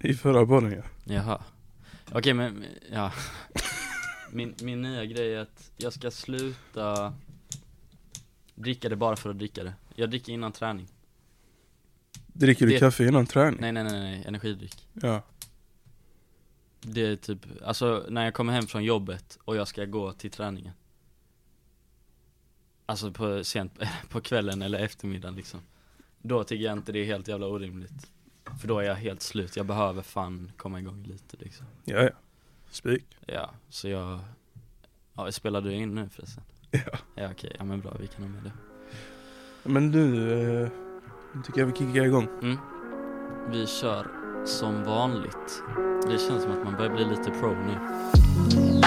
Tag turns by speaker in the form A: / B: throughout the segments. A: I förra podden ja.
B: Jaha. Okej men, ja. Min, min nya grej är att jag ska sluta dricka det bara för att dricka det. Jag dricker innan träning.
A: Dricker du
B: Det-
A: kaffe innan träning?
B: Nej, nej, nej, nej, energidryck.
A: Ja.
B: Det är typ, alltså när jag kommer hem från jobbet och jag ska gå till träningen. Alltså på sent, på kvällen eller eftermiddagen liksom. Då tycker jag inte det är helt jävla orimligt. För då är jag helt slut, jag behöver fan komma igång lite liksom.
A: Ja, ja. Spik.
B: Ja, så jag, ja spelar du in nu förresten?
A: Ja.
B: Ja okej, ja men bra, vi kan ha med det.
A: Men nu, eh, nu tycker jag vi kickar igång.
B: Mm. Vi kör som vanligt. Det känns som att man börjar bli lite pro nu.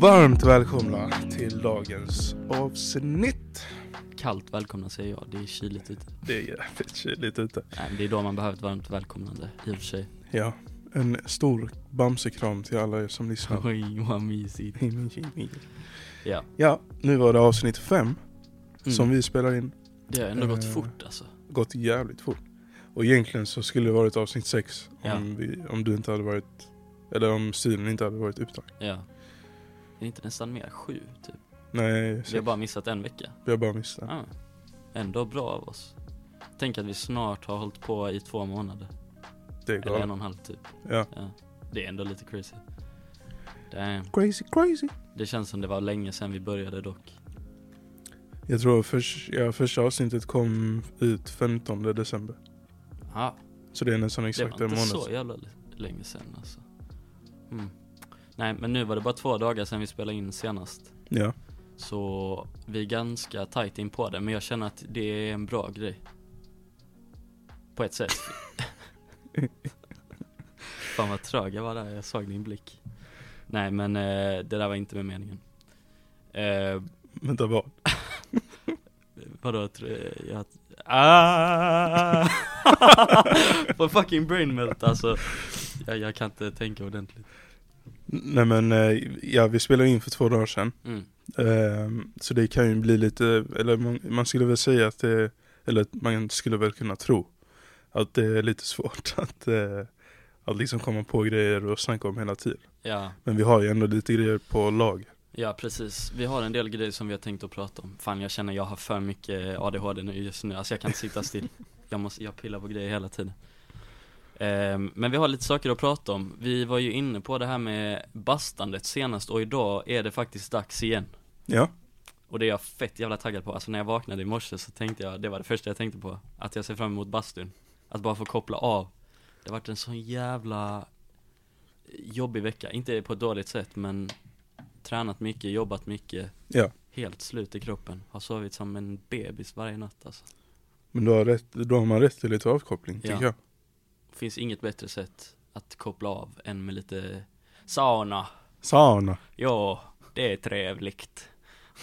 A: Varmt välkomna till dagens avsnitt.
B: Kallt välkomna säger jag, det är kyligt ute.
A: Det är jävligt kyligt ute.
B: Nej, men det är då man behöver ett varmt välkomnande, i och för sig.
A: Ja. En stor bamsekram till alla er som lyssnar.
B: Oj, vad mysigt. Ja.
A: Ja, nu var det avsnitt fem
B: Mm.
A: som vi spelar in.
B: Det har ändå gått
A: Eh,
B: fort alltså.
A: Gått jävligt fort. Och egentligen så skulle det varit avsnitt sex
B: Ja.
A: om, vi, om du inte hade varit, eller om stilen inte hade varit upptagen.
B: Ja. Är det inte nästan mer? Sju, typ.
A: Nej,
B: Vi har
A: sex.
B: bara missat en vecka.
A: vi har bara missat den.
B: Ah. Ändå bra av oss. Tänk att vi snart har hållit på i två månader.
A: Det är
B: Eller en
A: galet.
B: och en halv typ.
A: Ja.
B: Det är ändå lite crazy. Damn.
A: Crazy, crazy.
B: Det känns som det var länge sedan vi började dock.
A: Jag tror förs- ja, första avsnittet kom ut 15 december.
B: Ja,
A: Så det är nästan
B: det
A: exakt
B: var
A: en
B: inte
A: månad.
B: så jävla l- länge sedan alltså. Mm. Nej, men nu var det bara två dagar sedan vi spelade in senast.
A: Ja.
B: Så vi är ganska tight in på det, men jag känner att det är en bra grej. På ett sätt. Fan vad trög jag var där, jag såg din blick. Nej men eh, det där var inte med meningen. Eh,
A: Vänta vad?
B: Vadå, tr- jag... Ah! Får fucking brain melt alltså. Jag, jag kan inte tänka ordentligt.
A: N- Nej men, eh, ja vi spelade in för två dagar sedan.
B: Mm.
A: Ehm, Så det kan ju bli lite, eller man, man skulle väl säga att det, eller att man skulle väl kunna tro att det är lite svårt att, eh, att liksom komma på grejer och snacka om hela tiden.
B: Ja,
A: Men vi har ju ändå lite grejer på lag.
B: ja precis. Vi har en del grejer som vi har tänkt att prata om. Fan jag känner jag har för mycket ADHD nu just nu, alltså jag kan inte sitta still. Jag, måste, jag pillar på grejer hela tiden. Ehm, men vi har lite saker att prata om. Vi var ju inne på det här med bastandet senast och idag är det faktiskt dags igen.
A: Ja,
B: Och det är jag fett jävla taggad på, alltså när jag vaknade i morse så tänkte jag, det var det första jag tänkte på Att jag ser fram emot bastun Att bara få koppla av Det har varit en sån jävla jobbig vecka, inte på ett dåligt sätt men Tränat mycket, jobbat mycket
A: Ja.
B: Helt slut i kroppen, har sovit som en bebis varje natt alltså
A: men då har, rätt, då har man rätt till lite avkoppling tycker
B: Ja.
A: jag.
B: Finns inget bättre sätt att koppla av än med lite sauna
A: Sauna.
B: Ja, det är trevligt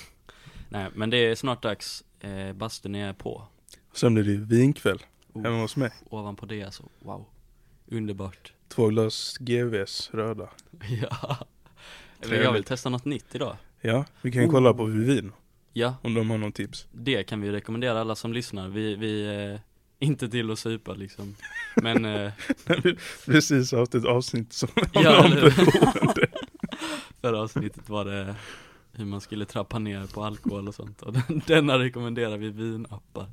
B: Nej men det är snart dags, eh, bastun är på
A: Sen blir det ju vinkväll
B: Oh.
A: hemma hos mig.
B: ovanpå det alltså, wow Underbart
A: Två glas GVs röda.
B: Ja Men jag vill
A: Trevligt.
B: testa något nytt idag
A: Ja, vi kan ju
B: Oh.
A: kolla på Vivino
B: Ja,
A: om de har någon tips.
B: det kan vi rekommendera alla som lyssnar Vi, vi eh, inte till att supa liksom Men, eh,
A: Precis haft ett avsnitt som
B: ja
A: handlar om
B: eller
A: beroende.
B: hur? Förra avsnittet var det hur man skulle trappa ner på alkohol och sånt Och den, denna rekommenderar vi vinappar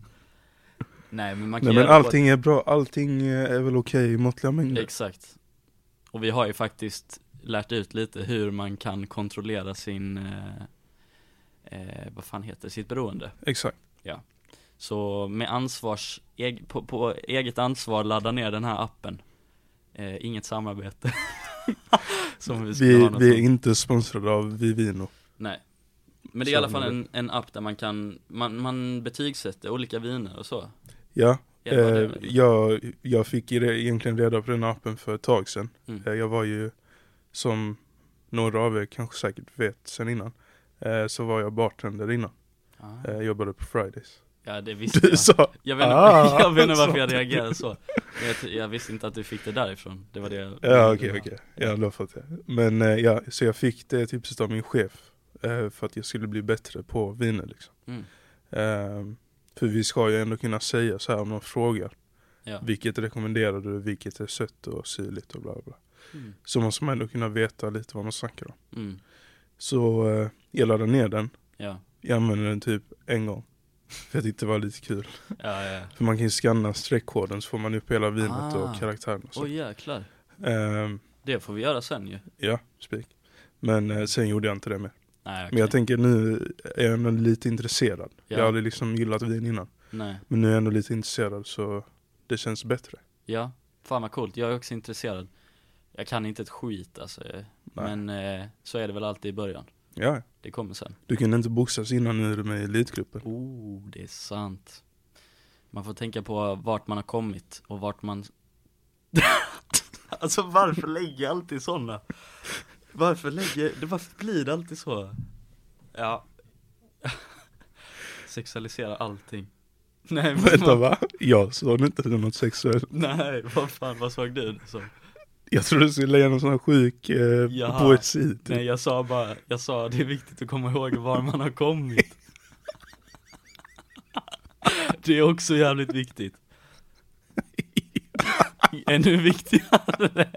B: Nej men man kan
A: Nej men
B: göra det på-
A: allting är bra, allting eh, är väl okej i måttliga mängder.
B: Exakt. Och vi har ju faktiskt lärt ut lite hur man kan kontrollera sin, eh, eh, vad fan heter det, sitt beroende.
A: Exakt.
B: Så med ansvars, eg, på, på eget ansvar ladda ner den här appen. Eh, inget samarbete. Som vi skulle
A: Vi,
B: ha något
A: vi är
B: sånt.
A: inte sponsrade av Vivino.
B: Nej. Men det är i alla fall en, en app där man kan, man, man betygsätter olika viner och så.
A: Ja,
B: Är det vad det
A: eh,
B: är?
A: jag, jag fick ju det- egentligen reda på den här appen för ett tag sedan.
B: Mm.
A: Eh, jag var ju, som några av er kanske säkert vet sen innan, eh, så var jag bartender innan.
B: Ah,
A: Eh, jobbade på Fridays.
B: Ja det visste
A: Du
B: jag
A: sa
B: Jag vet, inte-
A: Ah,
B: jag vet inte varför jag
A: sånt.
B: reagerar så Men jag, t- jag visste inte att du fick det därifrån Det var det jag Mm.
A: Ja okej okej, ja då fattar jag. Men eh, ja, så jag fick det tipset av min chef eh, för att jag skulle bli bättre på viner liksom.
B: Mm.
A: Eh, för vi ska ju ändå kunna säga så här om någon frågar,
B: Ja.
A: vilket rekommenderar du, vilket är sött och syrligt och bla bla, bla.
B: Mm.
A: Så måste man ändå kunna veta lite vad man snackar om.
B: Mm.
A: Så eh, jag laddade ner den,
B: Ja.
A: jag använde den typ en gång. För jag tyckte det var lite kul.
B: ja, ja, ja
A: För man kan ju scanna streckkoden så får man upp hela vinet
B: Ah.
A: och karaktären och så.
B: Åh jäklar
A: Ehm,
B: Det får vi göra sen ju
A: ja, spik. Men eh, sen gjorde jag inte det mer.
B: Nej
A: Men jag
B: okej.
A: tänker nu är jag ändå lite intresserad.
B: Ja.
A: Jag hade liksom gillat vin innan.
B: Nej
A: Men nu är jag ändå lite intresserad så det känns bättre.
B: Ja, fan vad coolt. Jag är också intresserad. Jag kan inte ett skit alltså. eh,
A: Nej.
B: Men eh, så är det väl alltid i början.
A: Ja,
B: Det kommer sen.
A: du kunde inte boxas innan nu är du med i elitgruppen.
B: Oh, det är sant. Man får tänka på vart man har kommit och vart man... alltså varför lägger jag alltid sådana? Varför lägger... Varför blir det alltid så? Ja. Sexualisera allting. Nej men...
A: Vänta va? Jag såg inte det något sexuellt.
B: Nej, vad fan, vad såg du? Så.
A: Jag trodde du skulle lägga någon sån här sjuk eh,
B: Jaha.
A: poesi. typ.
B: Nej jag sa bara, jag sa det är viktigt att komma ihåg var man har kommit Det är också jävligt viktigt Ännu viktigare,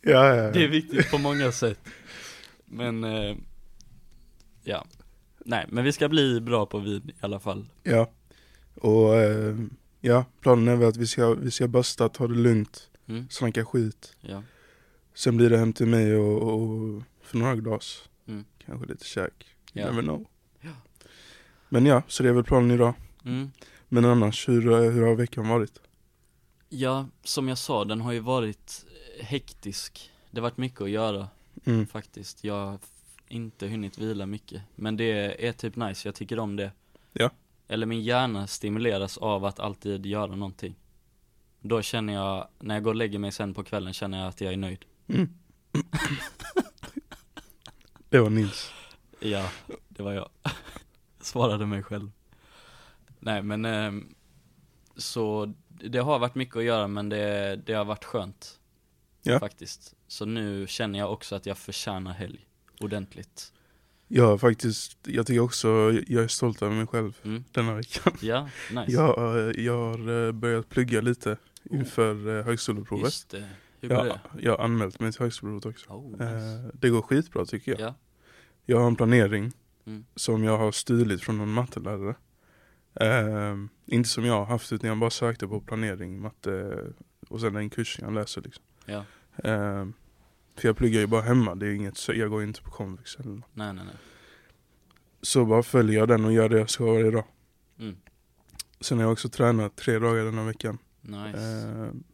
A: Ja, ja,
B: det är
A: ja.
B: viktigt på många sätt Men, eh, ja Nej men vi ska bli bra på vin i alla fall
A: ja. Och eh, ja, planen är väl att vi ska, vi ska basta, ta det lugnt,
B: mm,
A: snacka skit.
B: ja.
A: Sen blir det hem till mig och, och för några glas.
B: Mm.
A: Kanske lite käk.
B: Ja.
A: Never know.
B: Ja.
A: Men ja, så det är väl planen idag.
B: Mm.
A: Men annars, hur, eh, hur har veckan varit?
B: ja, som jag sa den har ju varit eh, hektisk Det har varit mycket att göra
A: Mm.
B: faktiskt. Jag har f- inte hunnit vila mycket. Men det är typ nice, jag tycker om det.
A: Ja.
B: Eller min hjärna stimuleras av att alltid göra någonting. Då känner jag, när jag går och lägger mig sen på kvällen känner jag att jag är nöjd.
A: Mm. det var Nils.
B: Ja, det var jag. Svarade mig själv. Nej men, ehm, så det har varit mycket att göra men det, det har varit skönt.
A: Ja.
B: Faktiskt. Så nu känner jag också att jag förtjänar helg. Ordentligt.
A: Jag har faktiskt, jag tycker också, jag är stolt över mig själv
B: Mm.
A: denna veckan.
B: Ja, nice.
A: Jag, eh, jag har eh, börjat plugga lite inför eh, högskoleprovet.
B: Oh. Just det. Hur går
A: Jag,
B: det?
A: jag har anmält mig till högskoleprovet också.
B: Oh, nice.
A: Eh, Det går skitbra tycker jag.
B: ja.
A: Jag har en planering
B: Mm.
A: som jag har stulit från någon mattelärare. Ehm, inte som jag har haft utan jag bara sökte på planering, matte och sen den kursen jag läser liksom.
B: ja,
A: Ehm, för jag pluggar ju bara hemma, det är inget, så jag går inte på komvux eller något.
B: nej nej nej.
A: Så bara följer jag den och gör det jag ska varje dag.
B: Mm.
A: Sen har jag också tränat tre dagar denna veckan.
B: Nice.
A: Ehm,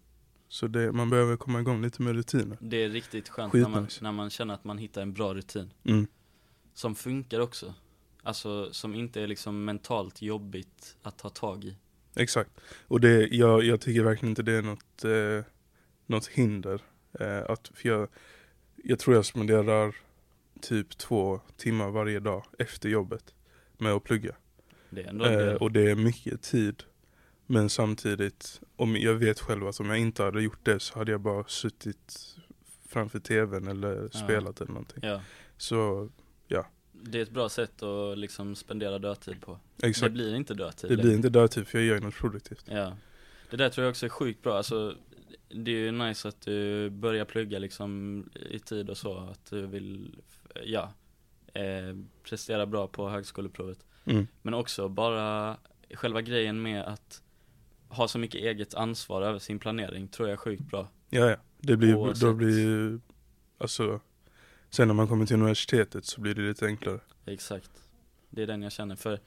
A: så det, man behöver komma igång lite med rutiner.
B: det är riktigt skönt när man,
A: skitnice.
B: när man känner att man hittar en bra rutin.
A: Mm.
B: Som funkar också. Alltså som inte är liksom mentalt jobbigt att ta tag i.
A: Exakt. Och det, jag, jag tycker verkligen inte det är något, eh, något hinder. Eh, att, för jag, jag tror jag spenderar typ två timmar varje dag efter jobbet med att plugga.
B: Det är ändå
A: Eh,
B: det.
A: och det är mycket tid. Men samtidigt, om jag vet själv att om jag inte hade gjort det så hade jag bara suttit framför tvn eller
B: Ja.
A: spelat eller någonting.
B: Ja.
A: Så
B: Det är ett bra sätt att liksom spendera dödtid på. Det
A: exakt,
B: blir inte dödtid.
A: det
B: längre.
A: blir inte dödtid för jag gör ju något produktivt.
B: Ja, det där tror jag också är sjukt bra, alltså det är ju nice att du börjar plugga liksom i tid och så, att du vill, ja, eh, prestera bra på högskoleprovet.
A: Mm.
B: Men också bara själva grejen med att ha så mycket eget ansvar över sin planering tror jag är sjukt bra.
A: Ja, ja. Det blir, då
B: Oavsett.
A: blir ju, alltså, sen när man kommer till universitetet så blir det lite enklare.
B: Exakt. Det är den jag känner, för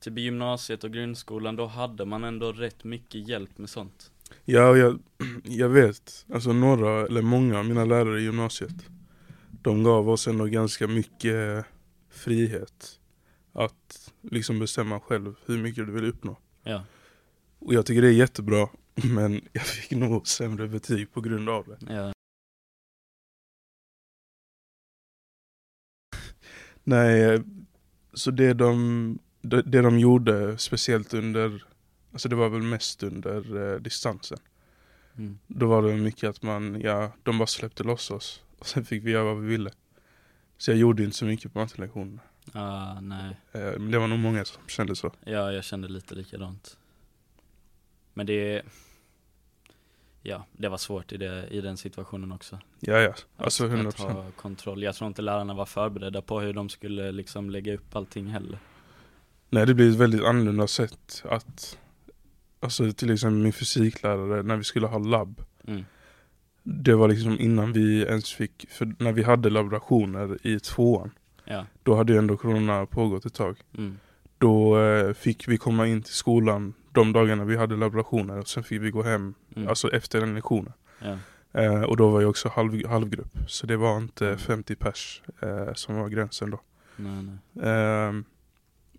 B: typ i gymnasiet och grundskolan då hade man ändå rätt mycket hjälp med sånt.
A: Ja, och jag, jag vet, alltså några, eller många av mina lärare i gymnasiet, de gav oss ändå ganska mycket frihet att liksom bestämma själv hur mycket du vill uppnå.
B: Ja,
A: Och jag tycker det är jättebra, men jag fick nog sämre betyg på grund av det.
B: ja.
A: Nej, så det de, det, det de gjorde, speciellt under, alltså det var väl mest under eh, distansen.
B: Mm.
A: Då var det mycket att man, ja, de bara släppte loss oss. Och sen fick vi göra vad vi ville. Så jag gjorde inte så mycket på mattelektionerna.
B: Ah, nej.
A: Eh, men det var nog många som kände så.
B: Ja, jag kände lite likadant. Men det... Ja, det var svårt i, det, i den situationen också.
A: Ja, ja. Alltså
B: Att-
A: 100%.
B: Att ha kontroll. Jag tror inte lärarna var förberedda på hur de skulle liksom lägga upp allting heller.
A: Nej, det blir ett väldigt annorlunda sätt att Alltså till exempel min fysiklärare, när vi skulle ha labb
B: Mm.
A: Det var liksom innan vi ens fick, för när vi hade laborationer i tvåan
B: Ja.
A: Då hade ju ändå corona pågått ett tag
B: Mm.
A: Då eh, fick vi komma in till skolan de dagarna vi hade laborationer och sen fick vi gå hem,
B: Mm.
A: alltså efter den lektionen
B: ja.
A: eh, Och då var jag också halv, halvgrupp, så det var inte
B: Mm.
A: 50 pers eh, som var gränsen då
B: Nej, nej.
A: Ehm,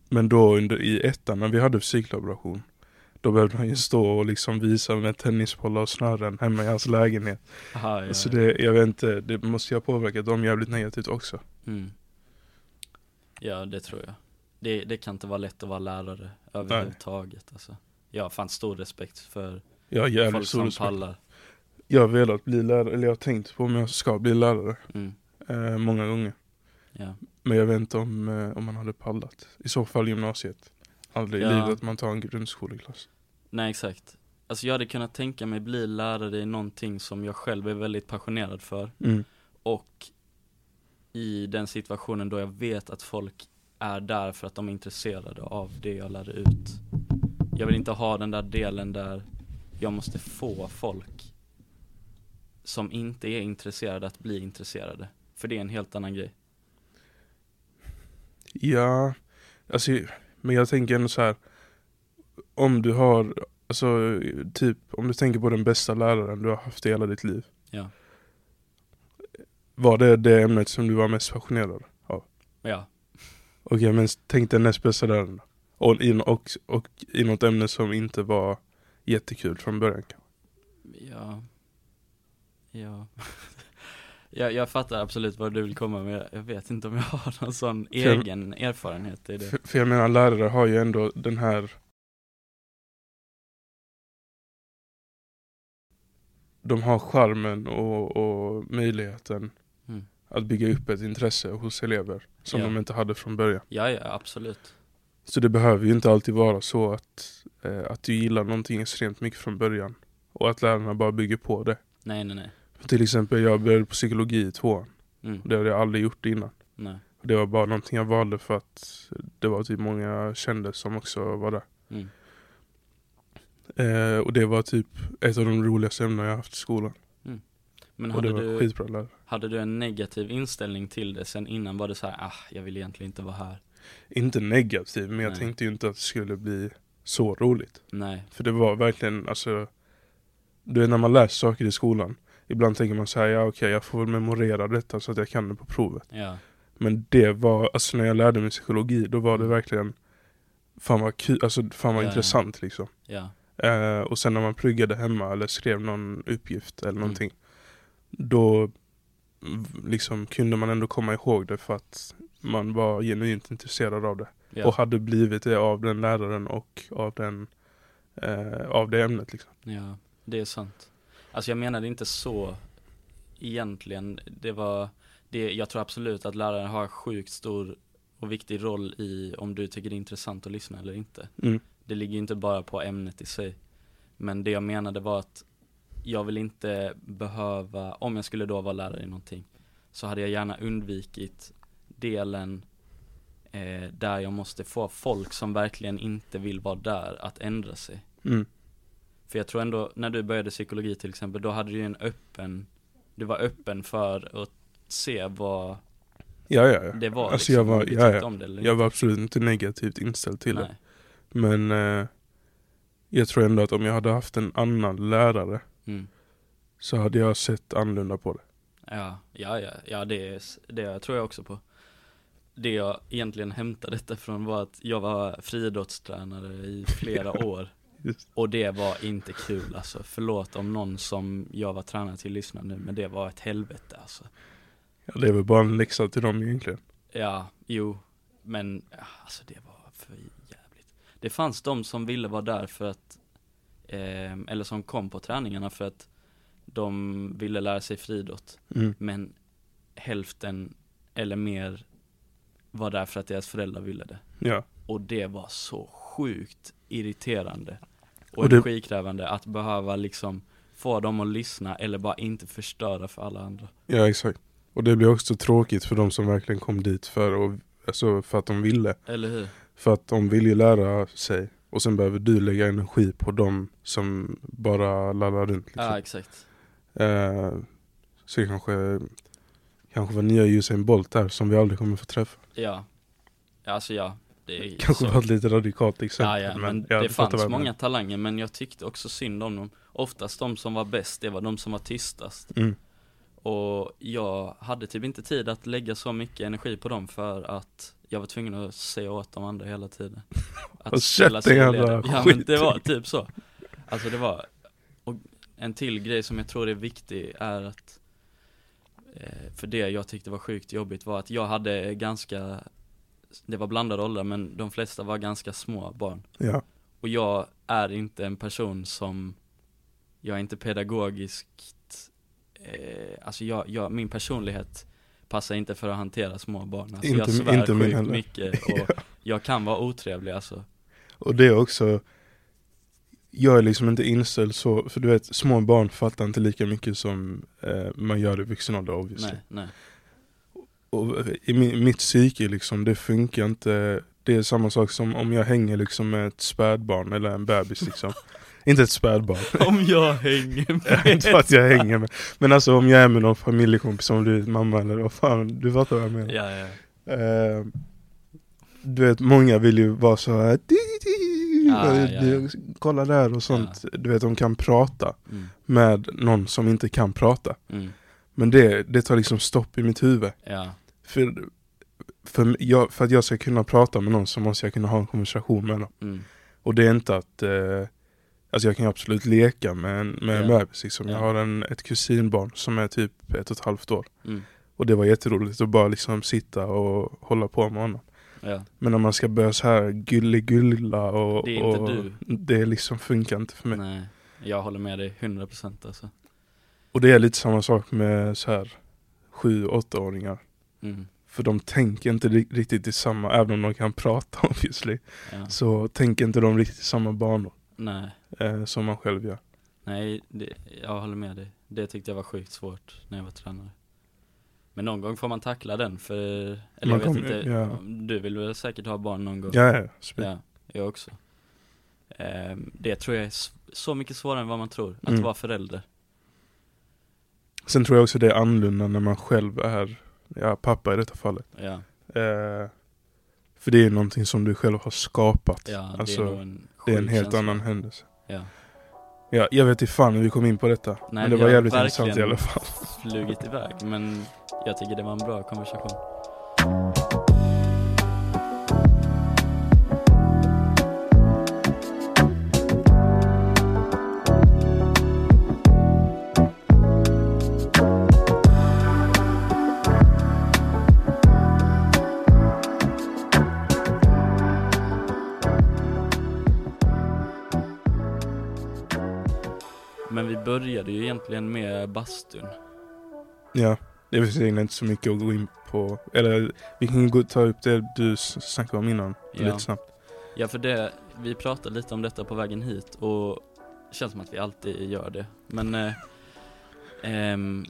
A: men då under, i ettan när vi hade fysiklaboration då behövde han ju stå och liksom visa med tennispollar och snören hemma i hans lägenhet.
B: Aha, ja,
A: Så
B: ja.
A: det, jag vet inte, det måste ju ha påverkat dem jävligt negativt också.
B: Mm. Ja, det tror jag. Det, det kan inte vara lätt att vara lärare överhuvudtaget. Alltså. Jag har fan stor respekt för
A: Jag har
B: folk
A: jävligt stor
B: som
A: respekt.
B: pallar.
A: Jag har velat bli lärare, eller jag har tänkt på om jag ska bli lärare
B: Mm.
A: eh, många gånger.
B: Ja.
A: Men jag vet inte om, eh, om man hade pallat. I så fall gymnasiet. Aldrig
B: Ja.
A: i livet att man tar en grundskoleklass.
B: Nej, exakt. Alltså jag hade kunnat tänka mig bli lärare i någonting som jag själv är väldigt passionerad för
A: Mm.
B: och i den situationen då jag vet att folk är där för att de är intresserade av det jag lär ut. Jag vill inte ha den där delen där jag måste få folk som inte är intresserade att bli intresserade. För det är en helt annan grej.
A: Ja, alltså, men jag tänker ändå så här. Om du har, alltså typ om du tänker på den bästa läraren du har haft i hela ditt liv.
B: Ja.
A: Var det det ämnet som du var mest passionerad av?
B: Ja,
A: Okej, men tänk den näst bästa läraren. Och i, och, och i något ämne som inte var jättekul från början.
B: Ja. Ja. jag, jag fattar absolut vad du vill komma med. Jag, jag vet inte om jag har någon sån
A: jag-
B: egen erfarenhet i det.
A: För, för jag menar, lärare har ju ändå den här De har charmen och, och möjligheten
B: Mm.
A: att bygga upp ett intresse hos elever som
B: Ja.
A: de inte hade från början.
B: Ja, ja, absolut.
A: Så det behöver ju inte alltid vara så att, eh, att du gillar någonting extremt mycket från början och att lärarna bara bygger på det.
B: Nej, nej, nej.
A: Till exempel, jag började på psykologi i tvåan.
B: Mm,
A: Det hade jag aldrig gjort innan.
B: nej.
A: Det var bara någonting jag valde för att det var typ många kände som också var där.
B: Mm.
A: Eh, och det var typ ett av de roligaste ämnena jag haft i skolan.
B: Men
A: Och det
B: hade
A: var
B: du,
A: skitbra lärare.
B: hade du en negativ inställning till det sen innan? Var det så här, ah, jag vill egentligen inte vara här.
A: Inte negativ, men jag
B: Nej.
A: tänkte ju inte att det skulle bli så roligt.
B: Nej.
A: För det var verkligen, alltså Du vet när man läser saker i skolan Ibland tänker man såhär, ja okej jag får väl memorera detta så att jag kan det på provet
B: Ja,
A: Men det var, alltså när jag lärde mig psykologi då var det verkligen Fan vad kul, alltså fan vad
B: Mm. Ja, ja.
A: intressant liksom
B: ja,
A: eh, Och sen när man pluggade hemma eller skrev någon uppgift eller
B: Mm.
A: någonting Då v- liksom kunde man ändå komma ihåg det för att man var genuint intresserad av det
B: ja.
A: och hade blivit det av den läraren och av den eh, av det ämnet liksom.
B: Ja, det är sant. Alltså jag menade inte så egentligen. Det var, det, jag tror absolut att läraren har sjukt stor och viktig roll i om du tycker det är intressant att lyssna eller inte.
A: Mm.
B: Det ligger ju inte bara på ämnet i sig. Men det jag menade var att jag vill inte behöva, om jag skulle då vara lärare i någonting, så hade jag gärna undvikit delen eh, där jag måste få folk som verkligen inte vill vara där att ändra sig.
A: Mm.
B: För jag tror ändå, när du började psykologi till exempel, då hade du ju en öppen, du var öppen för att se vad
A: Ja, ja, ja.
B: det var
A: alltså,
B: liksom,
A: jag
B: om
A: var,
B: du
A: ja,
B: tyckte
A: ja.
B: om det eller
A: Jag var absolut inte negativt inställd till
B: Nej.
A: det. Men eh, jag tror ändå att om jag hade haft en annan lärare
B: Mm.
A: så hade jag sett annorlunda på det.
B: Ja, ja, ja, ja det, är, s- det tror jag också på. Det jag egentligen hämtade detta från var att jag var friidrottstränare i flera år.
A: Just.
B: Och det var inte kul alltså. Förlåt om någon som jag var tränare till lyssnar nu, men det var ett helvete alltså.
A: Ja, det är väl bara en läxa till dem egentligen.
B: Ja, jo, men ja, alltså det var, för jävligt Det fanns de som ville vara där för att eh, Eller som kom på träningarna för att De ville lära sig friidrott
A: Mm.
B: Men hälften eller mer Var där för att deras föräldrar ville det
A: Ja.
B: och det var så sjukt irriterande och,
A: Och det-
B: energikrävande att behöva liksom få dem att lyssna eller bara inte förstöra för alla andra.
A: ja, exakt. Och det blir också tråkigt för de som verkligen kom dit för, och, alltså, för att de ville.
B: Eller hur?
A: För att de vill ju lära sig. Och sen behöver du lägga energi på dem som bara lallar runt. Liksom.
B: Ja, exakt.
A: Eh, så det kanske, kanske var nya Usain Bolt där som vi aldrig kommer få träffa.
B: Ja. Ja, Alltså ja, det är
A: Kanske
B: så.
A: var ett lite radikalt exempel.
B: Ja, ja,
A: men
B: men
A: ja,
B: det
A: du fattar vad
B: fanns
A: jag
B: många talanger men jag tyckte också synd om dem. Oftast de som var bäst, det var de som var tystast.
A: menar. Mm.
B: Och jag hade typ inte tid att lägga så mycket energi på dem för att jag var tvungen att säga åt de andra hela tiden.
A: Och
B: ställa
A: sätt
B: sig
A: den
B: i
A: jävla
B: ledet. Ja men det
A: skiten.
B: var typ så. Alltså det var, och en till grej som jag tror är viktig är att eh, för det jag tyckte var sjukt jobbigt var att jag hade ganska, det var blandade åldrar men de flesta var ganska små barn.
A: Ja,
B: Och jag är inte en person som Jag är inte pedagogiskt eh, Alltså jag, jag, min personlighet Passar inte för att hantera små barn alltså
A: Inte-
B: Jag svär
A: inte min
B: sjukt
A: heller.
B: mycket och jag kan vara otrevlig alltså
A: och det är också jag är liksom inte inställd så, för du vet små barn fattar inte lika mycket som eh, man gör i vuxen ålder obviously.
B: Nej, nej
A: Och i mi- mitt psyke liksom, det funkar inte. Det är samma sak som om jag hänger liksom med ett spädbarn eller en bebis liksom. inte ett spädbarn.
B: Om jag hänger
A: Ja, typ-
B: med
A: inte för att jag hänger med. Men alltså om jag är med någon familjekompis, som du vet, mamma eller vad fan, du fattar vad jag menar.
B: Ja, ja
A: Eh, du vet, många vill ju vara så här, di, di,
B: Ah,
A: och,
B: ja,
A: du- kolla där och sånt. Du vet, de kan prata
B: mm,
A: med någon som inte kan prata.
B: mm,
A: Men det, det tar liksom stopp i mitt huvud.
B: Ja,
A: För, för, jag, för att jag ska kunna prata med någon så måste jag kunna ha en konversation med dem.
B: mm,
A: Och det är inte att eh, Alltså jag kan ju absolut leka med en, med en
B: Ja.
A: bebis liksom. Jag
B: Ja.
A: har en, ett kusinbarn som är typ ett och ett halvt år.
B: mm,
A: Och det var jätteroligt att bara liksom sitta och hålla på med honom.
B: ja
A: Men när man ska börja så här gulligulla och...
B: Det är inte
A: och,
B: du.
A: Det liksom funkar inte för mig.
B: Nej, jag håller med dig 100% alltså
A: Och det är lite samma sak med så här sju, åttaåringar.
B: mm,
A: För de tänker inte ri- riktigt i samma, även om de kan prata obviously.
B: ja.
A: Så tänker inte de riktigt i samma banor
B: Nej
A: eh, som man själv gör.
B: Nej, det, jag håller med dig. Det tyckte jag var sjukt svårt när jag var tränare. Men någon gång får man tackla den för, eller
A: Man
B: jag vet
A: kommer-
B: inte,
A: ja.
B: du vill väl säkert ha barn någon gång?
A: Ja, ja, spik.
B: Ja, jag också. Ehm, det tror jag är s- så mycket svårare än vad man tror, att
A: Mm.
B: vara förälder.
A: Sen tror jag också det är annorlunda när man själv är ja, pappa i detta fallet.
B: Ja,
A: Eh, för det är ju någonting som du själv har skapat.
B: ja
A: Alltså,
B: det är nog en
A: det är en
B: sjuk
A: helt
B: känsla.
A: annan händelse.
B: Ja,
A: Ja, jag vet inte fan hur vi kom in på detta. men det
B: vi
A: var
B: har
A: jävligt
B: verkligen
A: intressant i alla fall.
B: flugit iväg, men jag tycker det var en bra konversation. Men vi började ju egentligen med bastun.
A: Ja, det finns egentligen inte så mycket att gå in på. Eller vi kan ju gå ta upp det du s- snackade om innan.
B: Ja.
A: Lite snabbt.
B: Ja för det, vi pratade lite om detta på vägen hit och det känns som att vi alltid gör det. Men eh, ehm,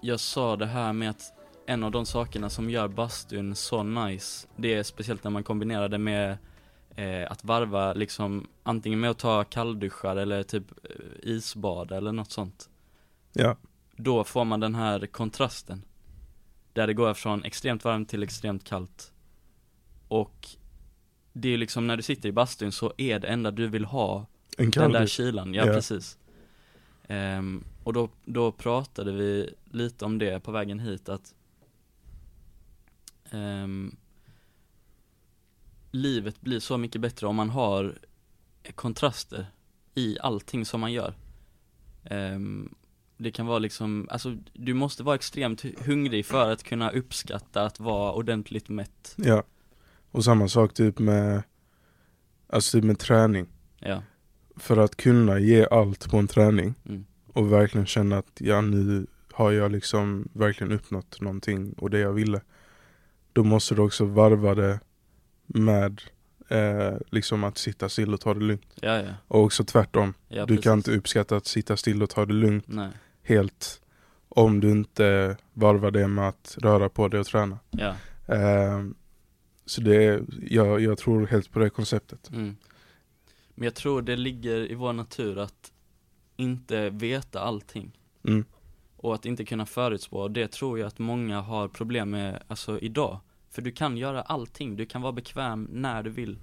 B: jag sa det här med att en av de sakerna som gör bastun så nice, det är speciellt när man kombinerar det med eh, att varva liksom antingen med att ta kallduschar eller typ eh, isbad eller något sånt.
A: Ja,
B: Då får man den här kontrasten. Där det går från extremt varmt till extremt kallt. Och det är ju liksom när du sitter i bastun så är det enda du vill ha
A: en
B: den där
A: kalldusch.
B: kylan, ja
A: Ja.
B: precis. Ehm, och då, då pratade vi lite om det på vägen hit att ehm, livet blir så mycket bättre om man har kontraster i allting som man gör. Ehm, det kan vara liksom, alltså du måste vara extremt hungrig för att kunna uppskatta att vara ordentligt mätt.
A: Ja. Och samma sak typ med Alltså typ med träning
B: Ja,
A: För att kunna ge allt på en träning
B: Mm.
A: Och verkligen känna att ja nu har jag liksom verkligen uppnått någonting och det jag ville Då måste du också varva det med eh, liksom att sitta still och ta det lugnt
B: ja, ja,
A: Och också tvärtom
B: ja
A: Du kan
B: precis.
A: inte uppskatta att sitta still och ta det lugnt
B: Nej,
A: helt om du inte varvar det med att röra på dig och träna.
B: ja,
A: Ehm, så det är, jag, jag tror helt på det konceptet.
B: mm. Men jag tror det ligger i vår natur att inte veta allting
A: Mm.
B: och att inte kunna förutspå, det tror jag att många har problem med, alltså idag. För du kan göra allting, du kan vara bekväm när du vill.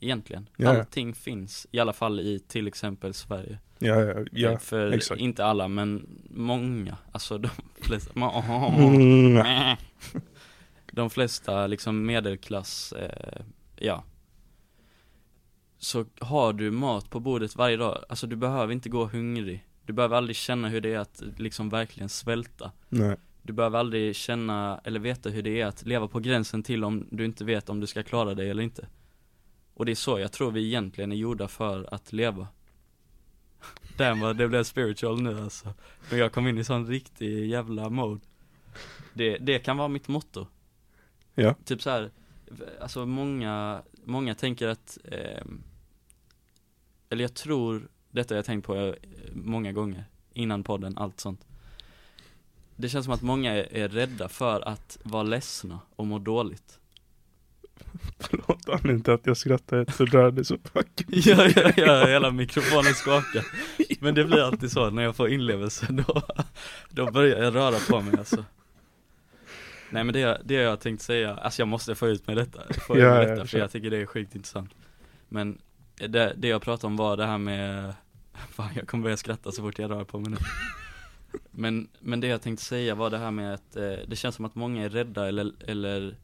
B: Egentligen.
A: Ja, ja.
B: Allting finns, i alla fall i till exempel Sverige.
A: Ja, ja, ja.
B: För
A: exakt.
B: inte alla men många, alltså de flesta,
A: Mm.
B: de flesta liksom medelklass, eh, ja Så har du mat på bordet varje dag, alltså du behöver inte gå hungrig Du behöver aldrig känna hur det är att liksom verkligen svälta
A: Nej.
B: Du behöver aldrig känna eller veta hur det är att leva på gränsen till om du inte vet om du ska klara dig eller inte Och det är så jag tror vi egentligen är gjorda för att leva Damn vad det blev spiritual nu alltså Men jag kom in i sån riktig jävla mode Det, det kan vara mitt motto
A: Ja.
B: Typ så här, alltså många, många tänker att ehm, Eller jag tror, detta har jag tänkt på eh, många gånger Innan podden, allt sånt det känns som att många är, är rädda för att vara ledsna och må dåligt
A: Förlåt inte att jag skrattar, jag fördrade så fucking
B: Ja, ja, ja, hela mikrofonen skakar Men det blir alltid så när jag får inlevelse då, då börjar jag röra på mig alltså Nej men det, det jag tänkt säga, alltså jag måste få ut med detta, få ut
A: Ja,
B: med
A: ja,
B: detta för
A: kör.
B: jag tycker det är skitintressant Men det, det jag pratade om var det här med, fan jag kommer börja skratta så fort jag rör på mig nu Men, men det jag tänkte säga var det här med att eh, det känns som att många är rädda eller, eller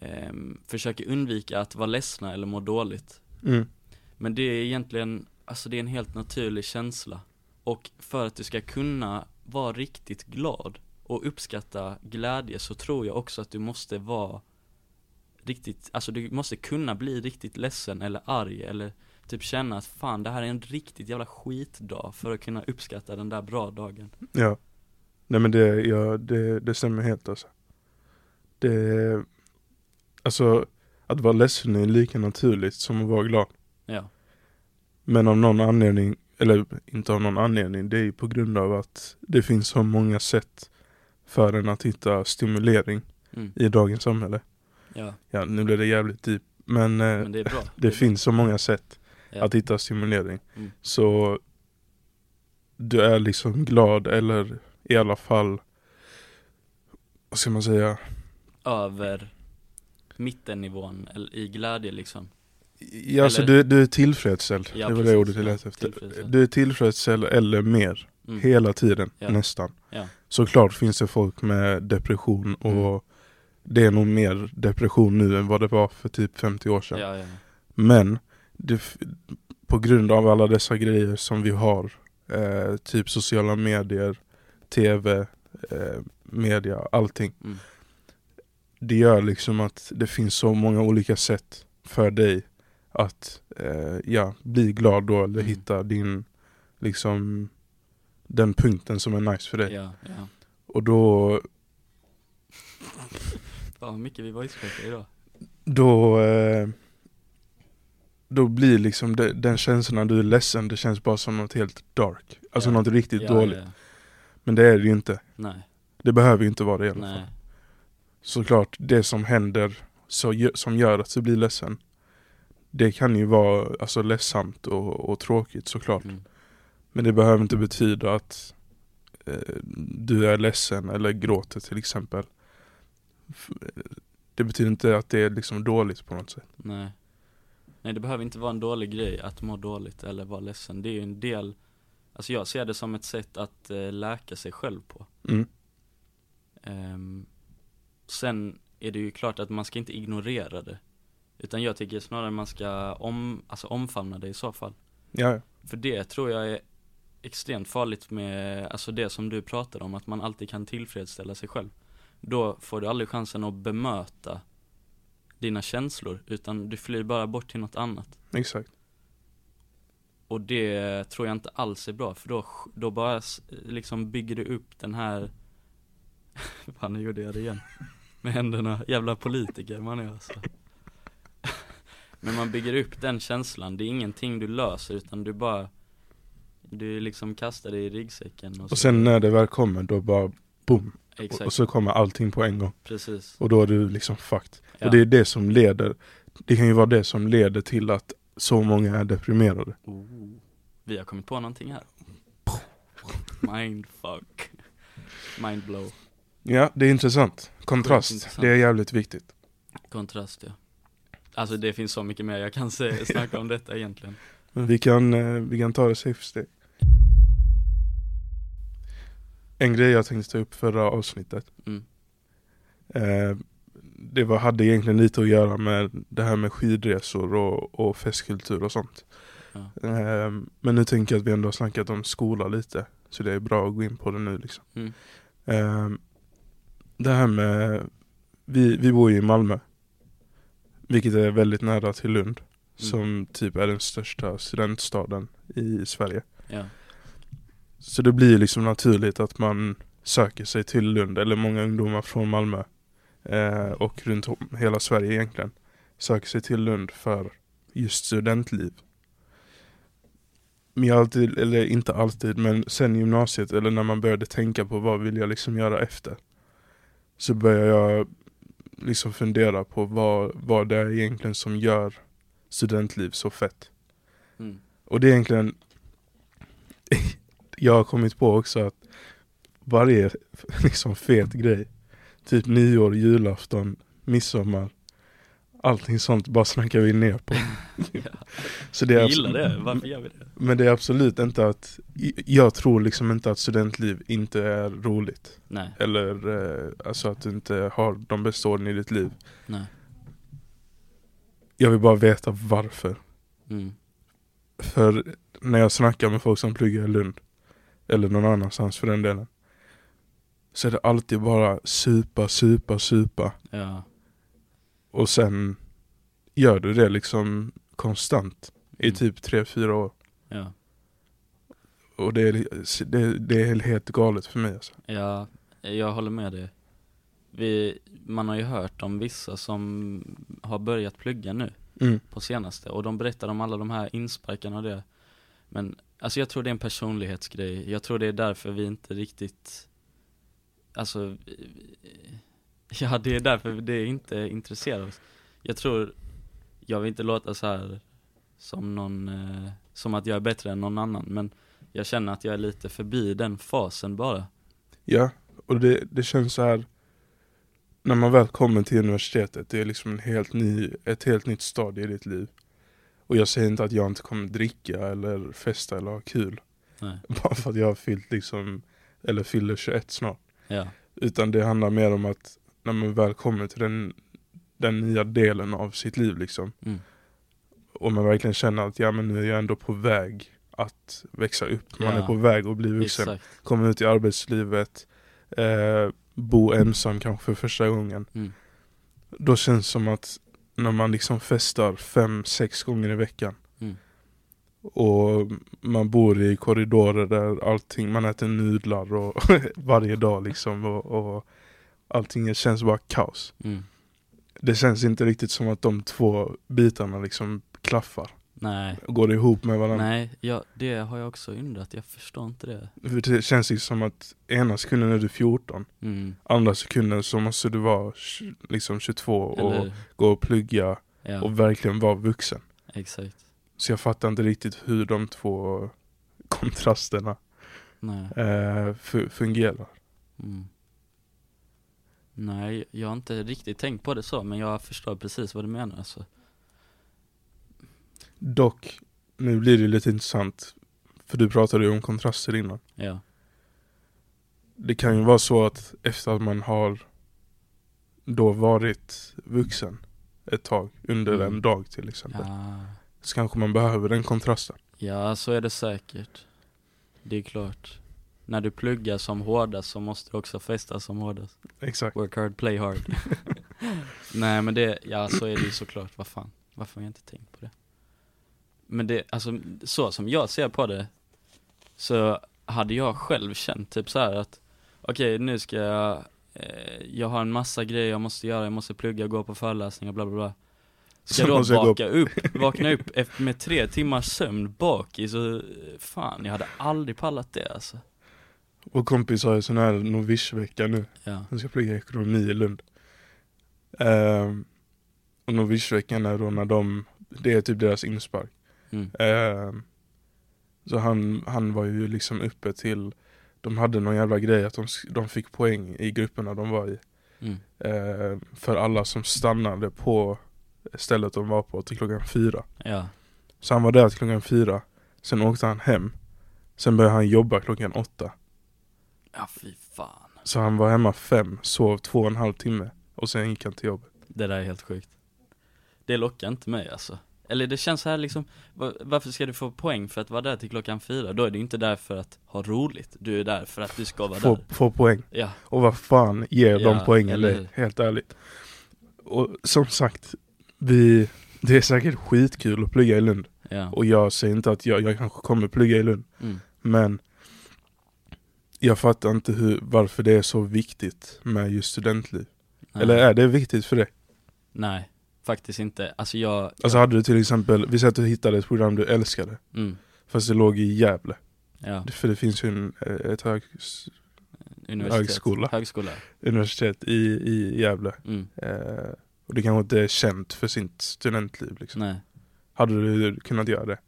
B: ehm, försöker undvika att vara ledsna eller må dåligt
A: Mm.
B: men det är egentligen, alltså det är en helt naturlig känsla. Och för att du ska kunna vara riktigt glad och uppskatta glädje så tror jag också att du måste vara riktigt, alltså du måste kunna bli riktigt ledsen eller arg eller typ känna att fan det här är en riktigt jävla skitdag för att kunna uppskatta den där bra dagen.
A: Ja. Nej men det, ja, det, det stämmer helt alltså. Det, alltså att vara ledsen är lika naturligt som att vara glad.
B: Ja,
A: Men av någon anledning, eller inte av någon anledning, det är ju på grund av att det finns så många sätt för en att hitta stimulering
B: mm,
A: i dagens samhälle.
B: ja,
A: Ja, nu blev det jävligt deep, men, eh,
B: men det är bra.
A: det finns så många sätt
B: Ja.
A: att hitta stimulering.
B: Mm.
A: Så du är liksom glad eller i alla fall, vad ska man säga,
B: Över mittennivån eller i glädje liksom.
A: ja, alltså
B: Eller-
A: du, du är tillfredsställd.
B: Ja,
A: det var
B: precis.
A: det ordet jag
B: Ja,
A: letade efter.
B: tillfredsställd.
A: Du är tillfredsställd eller mer.
B: Mm.
A: Hela tiden,
B: Ja.
A: nästan.
B: Ja.
A: Såklart finns det folk med depression och
B: Mm.
A: det är nog mer depression nu än vad det var för typ 50 år
B: Ja,
A: sedan.
B: ja, ja.
A: Men det, f- på grund av alla dessa grejer som vi har, eh, typ sociala medier, tv, eh, media, allting.
B: Mm.
A: Det gör liksom att det finns så många olika sätt för dig att eh, ja, bli glad då eller
B: Mm.
A: hitta din, liksom, den punkten som är nice för dig.
B: ja, ja.
A: Och då,
B: Fan vad mycket vi var iskaka idag
A: då, eh, då blir liksom de, den känslan när du är ledsen, det känns bara som något helt dark. Alltså
B: Ja.
A: något riktigt
B: Ja,
A: dåligt.
B: ja.
A: Men det är det ju inte.
B: Nej,
A: Det behöver ju inte vara det i alla fall.
B: nej,
A: Såklart, det som händer så, gö- som gör att du blir ledsen, det kan ju vara alltså, ledsamt och, och tråkigt såklart.
B: mm.
A: Men det behöver inte betyda att eh, du är ledsen eller gråter till exempel. F- Det betyder inte att det är liksom dåligt på något sätt.
B: nej Nej det behöver inte vara en dålig grej att må dåligt eller vara ledsen Det är ju en del Alltså jag ser det som ett sätt att eh, läka sig själv på
A: Mm.
B: Ehm, Sen är det ju klart att man ska inte ignorera det Utan jag tycker snarare man ska om, alltså omfamna det i så fall
A: Ja, ja.
B: För det tror jag är extremt farligt med, alltså det som du pratar om, att man alltid kan tillfredsställa sig själv. Då får du aldrig chansen att bemöta dina känslor utan du flyr bara bort till något annat.
A: Exakt.
B: Och det tror jag inte alls är bra för då, då bara s- liksom bygger du upp den här Fan nu gjorde jag det igen Med händerna, jävla politiker man är alltså Men man bygger upp den känslan, det är ingenting du löser utan du bara Du liksom kastar dig i ryggsäcken och, så-
A: Och sen när det väl kommer då bara boom. Och,
B: Exakt,
A: och så kommer allting på en gång.
B: precis
A: Och då är du liksom fucked.
B: ja.
A: Och det är det som leder. Det kan ju vara det som leder till att så många är deprimerade.
B: Oh, vi har kommit på någonting här Mindfuck Mindblow
A: Ja, det är intressant. Kontrast.
B: Skitintressant.
A: Det är jävligt viktigt.
B: Kontrast ja Alltså det finns så mycket mer jag kan säga, snacka om detta egentligen
A: Vi kan, eh, vi kan ta det steg för steg. En grej jag tänkte ta upp förra avsnittet.
B: Mm.
A: Eh, det var, hade egentligen lite att göra med det här med skidresor och, och festkultur och sånt.
B: Ja.
A: Eh, men nu tänker jag att vi ändå har snackat om skola lite. Så det är bra att gå in på det nu liksom.
B: Mm.
A: Eh, det här med, vi, vi bor ju i Malmö. Vilket är väldigt nära till Lund. Som typ är den största studentstaden i Sverige.
B: Ja,
A: Så det blir ju liksom naturligt att man söker sig till Lund, eller många ungdomar från Malmö eh, och runt om hela Sverige egentligen söker sig till Lund för just studentliv. Men jag alltid, eller inte alltid, men sen gymnasiet eller när man började tänka på vad vill jag liksom göra efter så började jag liksom fundera på vad, vad det är egentligen som gör studentliv så fett.
B: mm.
A: Och det är egentligen Jag har kommit på också att Varje liksom fet grej Typ nyår, julafton, midsommar Allting sånt bara snackar vi ner på Så det är alltså-
B: Jag
A: abs-
B: gillar det, varför gör vi det?
A: Men det är absolut inte att Jag tror liksom inte att studentliv inte är roligt
B: Nej,
A: Eller eh, alltså att du inte har de bästa åren i ditt liv
B: nej,
A: Jag vill bara veta varför
B: mm.
A: För när jag snackar med folk som pluggar i Lund Eller någon annanstans för den delen Så är det alltid bara supa, supa, supa
B: ja,
A: Och sen gör du det liksom konstant I
B: Mm.
A: typ 3-4 år
B: ja,
A: Och det är, det, det är helt galet för mig alltså.
B: ja, jag håller med dig vi, man har ju hört om vissa som har börjat plugga nu
A: mm.
B: på senaste och de berättar om alla de här insparkarna och det Men alltså jag tror det är en personlighetsgrej, jag tror det är därför vi inte riktigt Alltså eh, Ja det är därför det inte intresserar oss Jag tror, jag vill inte låta så här som någon, eh, som att jag är bättre än någon annan men jag känner att jag är lite förbi den fasen bara
A: Ja, och det, det känns så här När man väl kommer till universitetet Det är liksom en helt ny, ett helt nytt stadie i ditt liv Och jag säger inte att jag inte kommer dricka eller festa eller ha kul
B: Nej,
A: Bara för att jag har fyllt liksom, eller fyller 21 snart.
B: ja,
A: Utan det handlar mer om att när man väl kommer till den, den nya delen av sitt liv liksom.
B: mm,
A: Och man verkligen känner att ja men nu är jag ändå på väg att växa upp. Man
B: Ja.
A: är på väg att bli vuxen.
B: exakt,
A: Komma ut i arbetslivet. Eh, bo ensam kanske för första gången.
B: mm,
A: Då känns det som att när man liksom festar fem, sex gånger i veckan.
B: Mm.
A: Och man bor i korridorer där allting, man äter nudlar och varje dag liksom och, och allting det känns bara kaos.
B: mm,
A: Det känns inte riktigt som att de två bitarna liksom klaffar
B: nej
A: och går ihop med varandra.
B: Nej, ja, det har jag också undrat, jag förstår inte det
A: För det känns ju som att ena sekunden är du 14,
B: mm.
A: andra sekunden så måste du vara tj- liksom 22 och
B: Eller,
A: gå och plugga
B: ja,
A: och verkligen vara vuxen.
B: exakt.
A: Så jag fattar inte riktigt hur de två kontrasterna
B: Nej.
A: eh, fu- fungerar.
B: Mm. Nej, jag har inte riktigt tänkt på det så, men jag förstår precis vad du menar alltså.
A: Dock, nu blir det lite intressant. För du pratade ju om kontraster innan.
B: Ja,
A: Det kan ju vara så att efter att man har då varit vuxen ett tag, under
B: Mm.
A: en dag till exempel.
B: ja,
A: Så kanske man behöver den kontrasten.
B: ja så är det säkert. Det är klart. När du pluggar som hårdast så måste du också festa som hårdast.
A: Exakt.
B: Work hard, play hard. Nej men det, ja så är det ju såklart, vad fan, varför har jag inte tänkt på det? Men det, alltså så som jag ser på det Så hade jag själv känt typ så här att Okej nu ska jag, eh, jag har en massa grejer jag måste göra, jag måste plugga, gå på föreläsningar, bla bla bla Ska
A: Så
B: jag då
A: måste jag gå
B: baka upp, vakna upp efter, med tre timmars sömn bakis och eh, fan jag hade aldrig pallat det alltså
A: Och kompis har ju sån här novisvecka nu.
B: Ja,
A: Han ska plugga ekonomi i Lund. Ehm, och novisveckan är då när de, det är typ deras inspark.
B: mm,
A: Ehm, så han, han var ju liksom uppe till, de hade någon jävla grej att de, sk- de fick poäng i grupperna de var i.
B: mm,
A: Ehm, för alla som stannade på stället de var på till klockan fyra.
B: ja,
A: Så han var där till klockan fyra, sen åkte han hem. Sen började han jobba klockan åtta.
B: ja fy fan
A: Så han var hemma fem, sov två och en halv timme och sen gick han till jobbet.
B: Det där är helt sjukt Det lockar inte mig alltså Eller det känns så här liksom va- Varför ska du få poäng för att vara där till klockan fyra? Då är du inte där för att ha roligt Du är där för att du ska vara
A: Få,
B: där
A: få poäng.
B: Ja,
A: Och vad fan ger
B: Ja,
A: de poängen
B: eller
A: dig?
B: hur?
A: Helt ärligt. Och som sagt, vi, det är säkert skitkul att plugga i Lund.
B: ja,
A: Och jag säger inte att jag, jag kanske kommer plugga i Lund.
B: mm,
A: Men jag fattar inte hur, varför det är så viktigt med just studentliv.
B: nej,
A: Eller är det viktigt för dig?
B: nej, faktiskt inte Alltså jag,
A: Alltså hade du till exempel, vi säger att du hittade ett program du älskade.
B: mm,
A: Fast det låg i Gävle.
B: ja,
A: För det finns ju en, ett högs,
B: universitet
A: högskola.
B: Högskola,
A: universitet i, i Gävle.
B: mm,
A: Eh, och det kanske inte är känt för sitt studentliv. Liksom.
B: nej
A: Hade du kunnat göra det?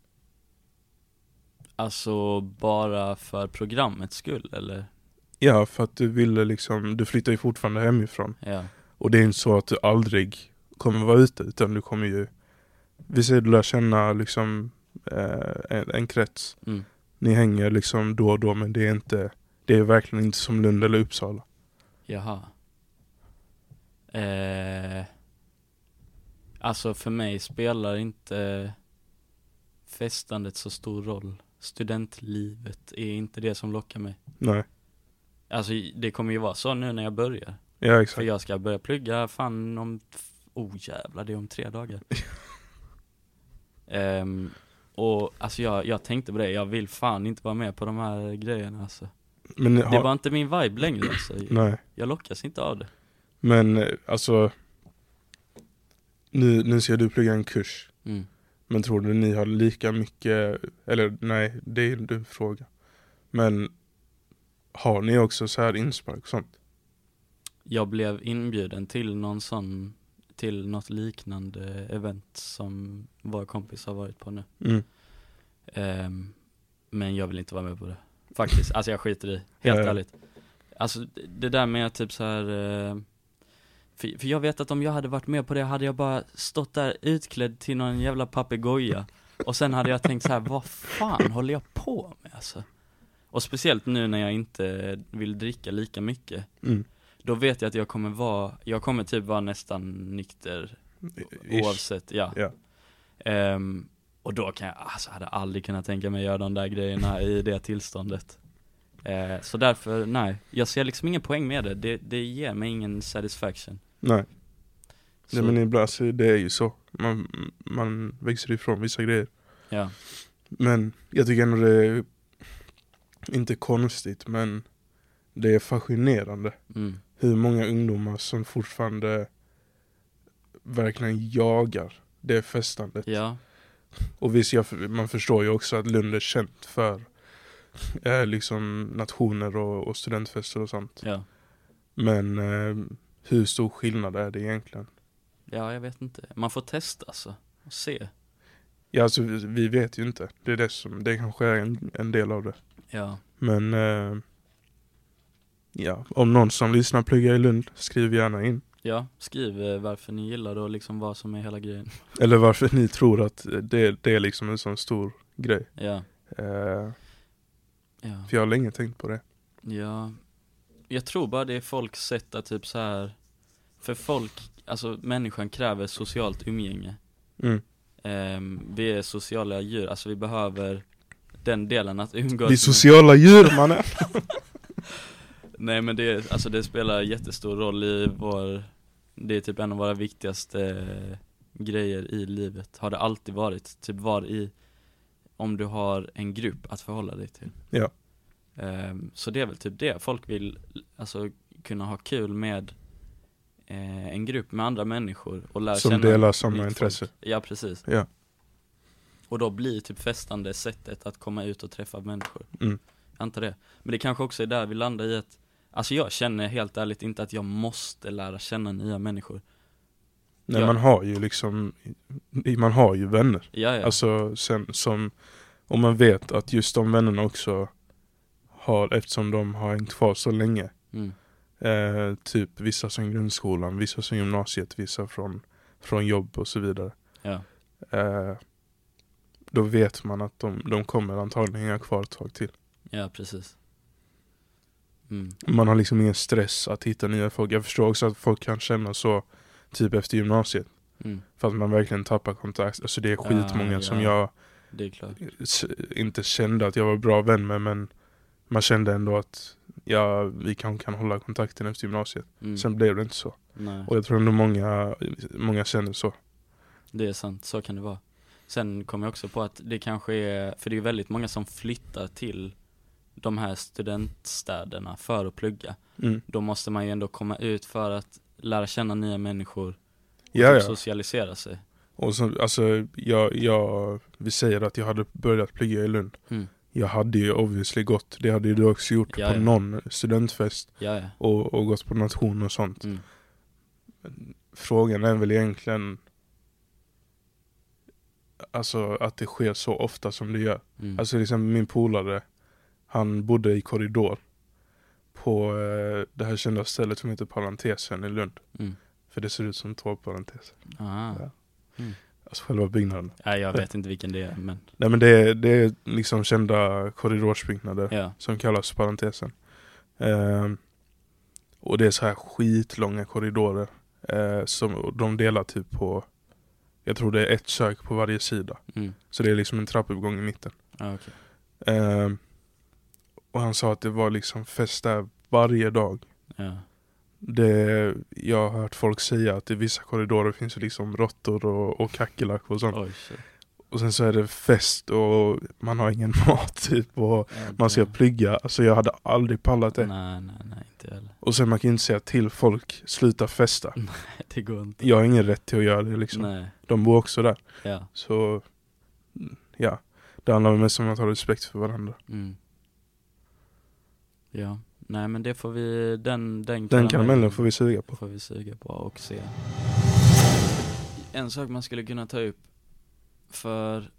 B: Alltså bara för programmets skull eller?
A: Ja, för att du ville liksom, du flyttar ju fortfarande hemifrån.
B: Ja,
A: Och det är inte så att du aldrig kommer vara ute, utan du kommer ju, vi säger du lär känna liksom eh, en, en krets.
B: mm,
A: Ni hänger liksom då och då, men det är inte, det är verkligen inte som Lund eller Uppsala.
B: jaha eh, Alltså för mig spelar inte festandet så stor roll. Studentlivet är inte det som lockar mig.
A: Nej,
B: Alltså det kommer ju vara så nu när jag börjar.
A: ja
B: För
A: exakt.
B: jag ska börja plugga fan om, oh jävlar det är om tre dagar. Ehm, och alltså jag, jag tänkte på det, jag vill fan inte vara med på de här grejerna alltså.
A: Men,
B: Det
A: har-
B: var inte min vibe längre alltså.
A: nej.
B: Jag lockas inte av det.
A: men eh, alltså, nu, nu ska du plugga en kurs.
B: Mm.
A: Men tror du ni har lika mycket, eller nej, det är ju en fråga. Men har ni också så här inspark och sånt?
B: Jag blev inbjuden till någon sån, till något liknande event som våra kompis har varit på nu. Ehm, men jag vill inte vara med på det. Faktiskt, alltså jag skiter i, helt
A: Ja, ja.
B: ärligt. Alltså det där med typ så här. eh, För, för jag vet att om jag hade varit med på det hade jag bara stått där utklädd till någon jävla papegoja Och sen hade jag tänkt så här, vad fan håller jag på med alltså? Och speciellt nu när jag inte vill dricka lika mycket Då vet jag att jag kommer vara, jag kommer typ vara nästan nykter
A: Ish.
B: Oavsett, ja.
A: Ja.
B: Ehm, och då kan jag, alltså jag hade aldrig kunnat tänka mig att göra de där grejerna i det tillståndet. Eh, så därför, nej. Jag ser liksom ingen poäng med det. Det, det ger mig ingen satisfaction.
A: Nej,
B: Så,
A: nej men ibland, alltså, det är ju så. Man, man växer ifrån vissa grejer.
B: ja.
A: Men jag tycker ändå det är, inte konstigt men det är fascinerande
B: Mm,
A: hur många ungdomar som fortfarande verkligen jagar det festandet.
B: ja.
A: Och visst, jag, man förstår ju också att Lund är känt för eh, liksom nationer och, och studentfester och sånt.
B: Ja.
A: Men eh, hur stor skillnad är det egentligen?
B: Ja, jag vet inte. Man får testa alltså. Och se.
A: Ja, alltså, vi, vi vet ju inte. Det är det som, det kanske är en, en del av det.
B: Ja.
A: Men eh, ja, om någon som lyssnar pluggar i Lund, skriv gärna in.
B: Ja, skriv eh, varför ni gillar det och liksom vad som är hela grejen.
A: Eller varför ni tror att det, det är liksom en sån stor grej.
B: Ja.
A: Eh,
B: Ja.
A: för jag har länge tänkt på det.
B: Ja, jag tror bara det är folks sätt att typ så här För folk, alltså människan kräver socialt umgänge
A: Mm.
B: Ehm, Vi är sociala djur, alltså vi behöver den delen att umgås
A: Vi är
B: med-
A: sociala djur mannen!
B: Nej men det, alltså det spelar jättestor roll i vår Det är typ en av våra viktigaste eh, grejer i livet, har det alltid varit. Typ var i, om du har en grupp att förhålla dig till.
A: Ja.
B: Ehm, så det är väl typ det, folk vill alltså kunna ha kul med eh, en grupp med andra människor och lära
A: Som
B: känna
A: delar samma
B: nytt folk.
A: intresse.
B: Ja, precis.
A: Ja.
B: Och då blir typ festande sättet att komma ut och träffa människor.
A: Mm.
B: Jag antar det. Men det kanske också är där vi landar i att, alltså jag känner helt ärligt inte att jag måste lära känna nya människor.
A: Nej,
B: Ja.
A: man har ju liksom, man har ju vänner.
B: Ja, ja.
A: Alltså sen som, om man vet att just de vännerna också har, eftersom de har hängt kvar så länge.
B: mm.
A: Eh, typ vissa från grundskolan, vissa från gymnasiet, vissa från, från jobb och så vidare.
B: ja.
A: Eh, då vet man att de, de kommer antagligen hänga kvar ett tag till.
B: Ja, precis. Mm.
A: Man har liksom ingen stress att hitta nya folk. Jag förstår också att folk kan känna så typ efter gymnasiet.
B: Mm.
A: För att man verkligen tappar kontakt. Alltså det är
B: Ja,
A: skitmånga
B: Ah, ja.
A: som jag
B: Det är klart.
A: s- inte kände att jag var bra vän med men man kände ändå att ja, vi kan, kan hålla kontakten efter gymnasiet.
B: Mm.
A: Sen blev det inte så.
B: Nej,
A: Och jag tror ändå många, många känner så.
B: det är sant. Så kan det vara. Sen kom jag också på att det kanske är, för det är ju väldigt många som flyttar till de här studentstäderna för att plugga.
A: Mm.
B: Då måste man ju ändå komma ut för att lära känna nya människor och
A: Ja, ja.
B: typ socialisera sig.
A: Och så, alltså, jag, jag, vi säger att jag hade börjat plugga i Lund.
B: Mm.
A: Jag hade ju obviously gått, det hade ju du också gjort
B: Ja,
A: på
B: ja.
A: någon studentfest
B: Ja, ja.
A: och, och gått på nation och sånt.
B: Mm.
A: Frågan är väl egentligen Alltså att det sker så ofta som det gör.
B: Mm.
A: Alltså till exempel min polare, han bodde i korridor på eh, det här kända stället som heter Parentesen i Lund.
B: Mm.
A: För det ser ut som två parenteser.
B: Aha.
A: Ja.
B: Ja.
A: Alltså själva byggnaden.
B: Nej, jag vet inte vilken det är, men
A: Nej men det är, det är liksom kända korridorsbyggnader
B: ja.
A: som kallas parentesen. Ehm, och det är så här skitlånga korridorer. Eh, som och de delar typ på, jag tror det är ett kök på varje sida.
B: Mm.
A: Så det är liksom en trappuppgång i mitten.
B: Ja, okej.
A: Ehm, och han sa att det var liksom fest där varje dag.
B: Ja.
A: Det, jag har hört folk säga att i vissa korridorer finns det liksom råttor och, och kackerlackor och sånt.
B: Oj, shit.
A: Och sen så är det fest och man har ingen mat typ och
B: Ja,
A: man ska
B: det-
A: plugga. Alltså jag hade aldrig pallat det.
B: Nej, nej, nej, inte jag heller.
A: Och sen man kan inte säga till folk, sluta festa.
B: Det går inte.
A: Jag har ingen rätt till att göra det liksom.
B: Mm. Nej,
A: De bor också där.
B: ja.
A: Så mm, ja, det handlar väl mest om att ha respekt för varandra.
B: Mm. Ja, nej men det får vi, den, den,
A: Den karamellen får vi suga på.
B: får vi suga på och se. En sak man skulle kunna ta upp, för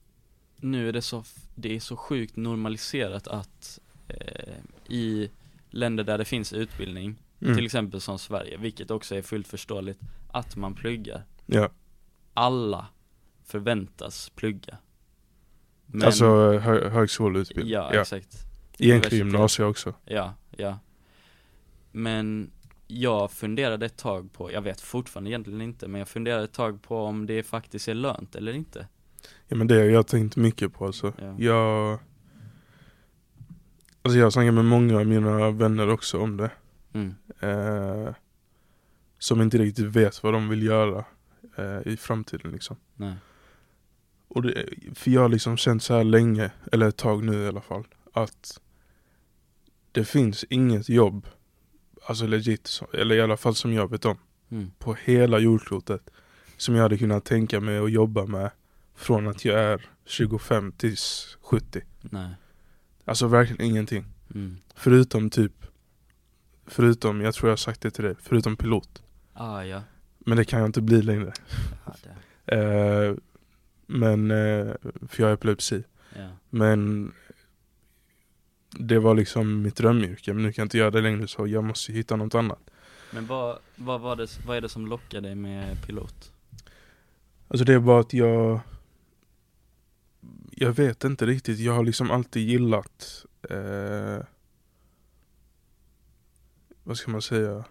B: nu är det så, f- det är så sjukt normaliserat att eh, i länder där det finns utbildning, till
A: Mm.
B: exempel som Sverige, vilket också är fullt förståeligt, att man pluggar.
A: Ja.
B: Alla förväntas plugga. Men-
A: Alltså hö högskoleutbildning.
B: ja,
A: Typ. Ja.
B: exakt.
A: Egentligen
B: universitet.
A: gymnasiet också.
B: Ja, ja. Men jag funderade ett tag på, jag vet fortfarande egentligen inte, men jag funderade ett tag på om det faktiskt är lönt eller inte.
A: Ja men det har jag tänkt mycket på alltså.
B: Ja.
A: Jag Alltså jag snackar med många av mina vänner också om det.
B: Mm,
A: Eh, som inte riktigt vet vad de vill göra eh, i framtiden liksom.
B: nej.
A: Och det, för jag har liksom känt så här länge, eller ett tag nu i alla fall, att det finns inget jobb, alltså legit, som- eller i alla fall som jag vet om,
B: Mm,
A: på hela jordklotet som jag hade kunnat tänka mig att jobba med från att jag är 25 tills 70.
B: nej.
A: Alltså verkligen ingenting.
B: Mm.
A: Förutom typ, förutom, jag tror jag har sagt det till dig, förutom pilot.
B: Ah, ja.
A: Men det kan jag inte bli längre.
B: Ja, det.
A: Eh, men, eh, för jag har epilepsi.
B: ja.
A: Men det var liksom mitt drömyrke, men nu kan jag inte göra det längre så jag måste hitta något annat.
B: Men vad, vad, var det, vad är det som lockar dig med pilot?
A: Alltså det är bara att jag Jag vet inte riktigt, jag har liksom alltid gillat eh, Vad ska man säga?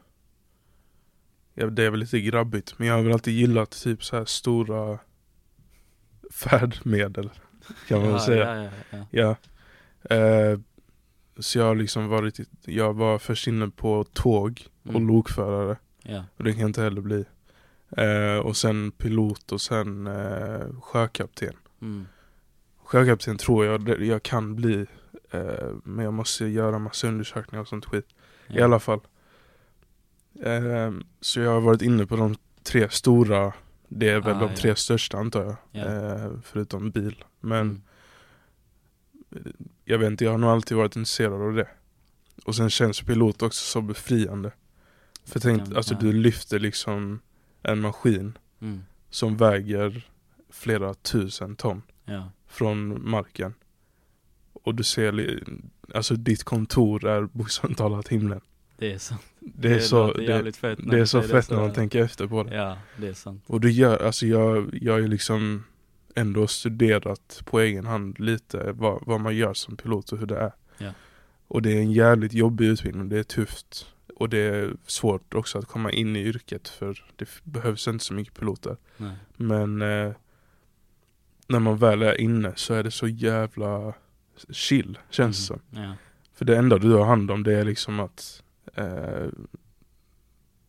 A: Ja, det är väl lite grabbigt, men jag har väl alltid gillat typ så här stora färdmedel kan man
B: ja,
A: väl säga.
B: Ja, ja, ja.
A: Ja. Eh, så jag har liksom varit, i- jag var först inne på tåg och
B: Mm.
A: lokförare.
B: ja.
A: Och det kan jag inte heller bli. Eh, och sen pilot och sen eh, sjökapten.
B: Mm.
A: Sjökapten tror jag det- jag kan bli. Eh, men jag måste göra massa undersökningar och sånt skit. I alla fall. Eh, så jag har varit inne på de tre stora. Det är väl
B: Ah,
A: de
B: ja.
A: tre största antar jag.
B: Ja.
A: Eh, förutom bil. Men
B: Mm.
A: jag vet inte, jag har nog alltid varit intresserad av det. Och sen känns pilot också så befriande. För tänk,
B: kan-
A: alltså
B: ja.
A: du lyfter liksom en maskin
B: Mm.
A: som väger flera tusen ton
B: Ja.
A: från marken. Och du ser, li- alltså ditt kontor är bokstavligt talat himlen.
B: Det är sant.
A: Det är, så,
B: låter
A: det,
B: jävligt fett när
A: det är
B: du
A: så
B: säger
A: fett när
B: sådär.
A: man tänker efter på det.
B: Ja, det är sant.
A: Och det gör, alltså jag, jag är liksom ändå studerat på egen hand lite vad, vad man gör som pilot och hur det är.
B: Ja.
A: Och det är en jävligt jobbig utbildning, det är tufft. Och det är svårt också att komma in i yrket för det f- behövs inte så mycket piloter.
B: Nej.
A: Men eh, när man väl är inne så är det så jävla chill känns det som.
B: Mm. Ja.
A: För det enda du har hand om det är liksom att eh,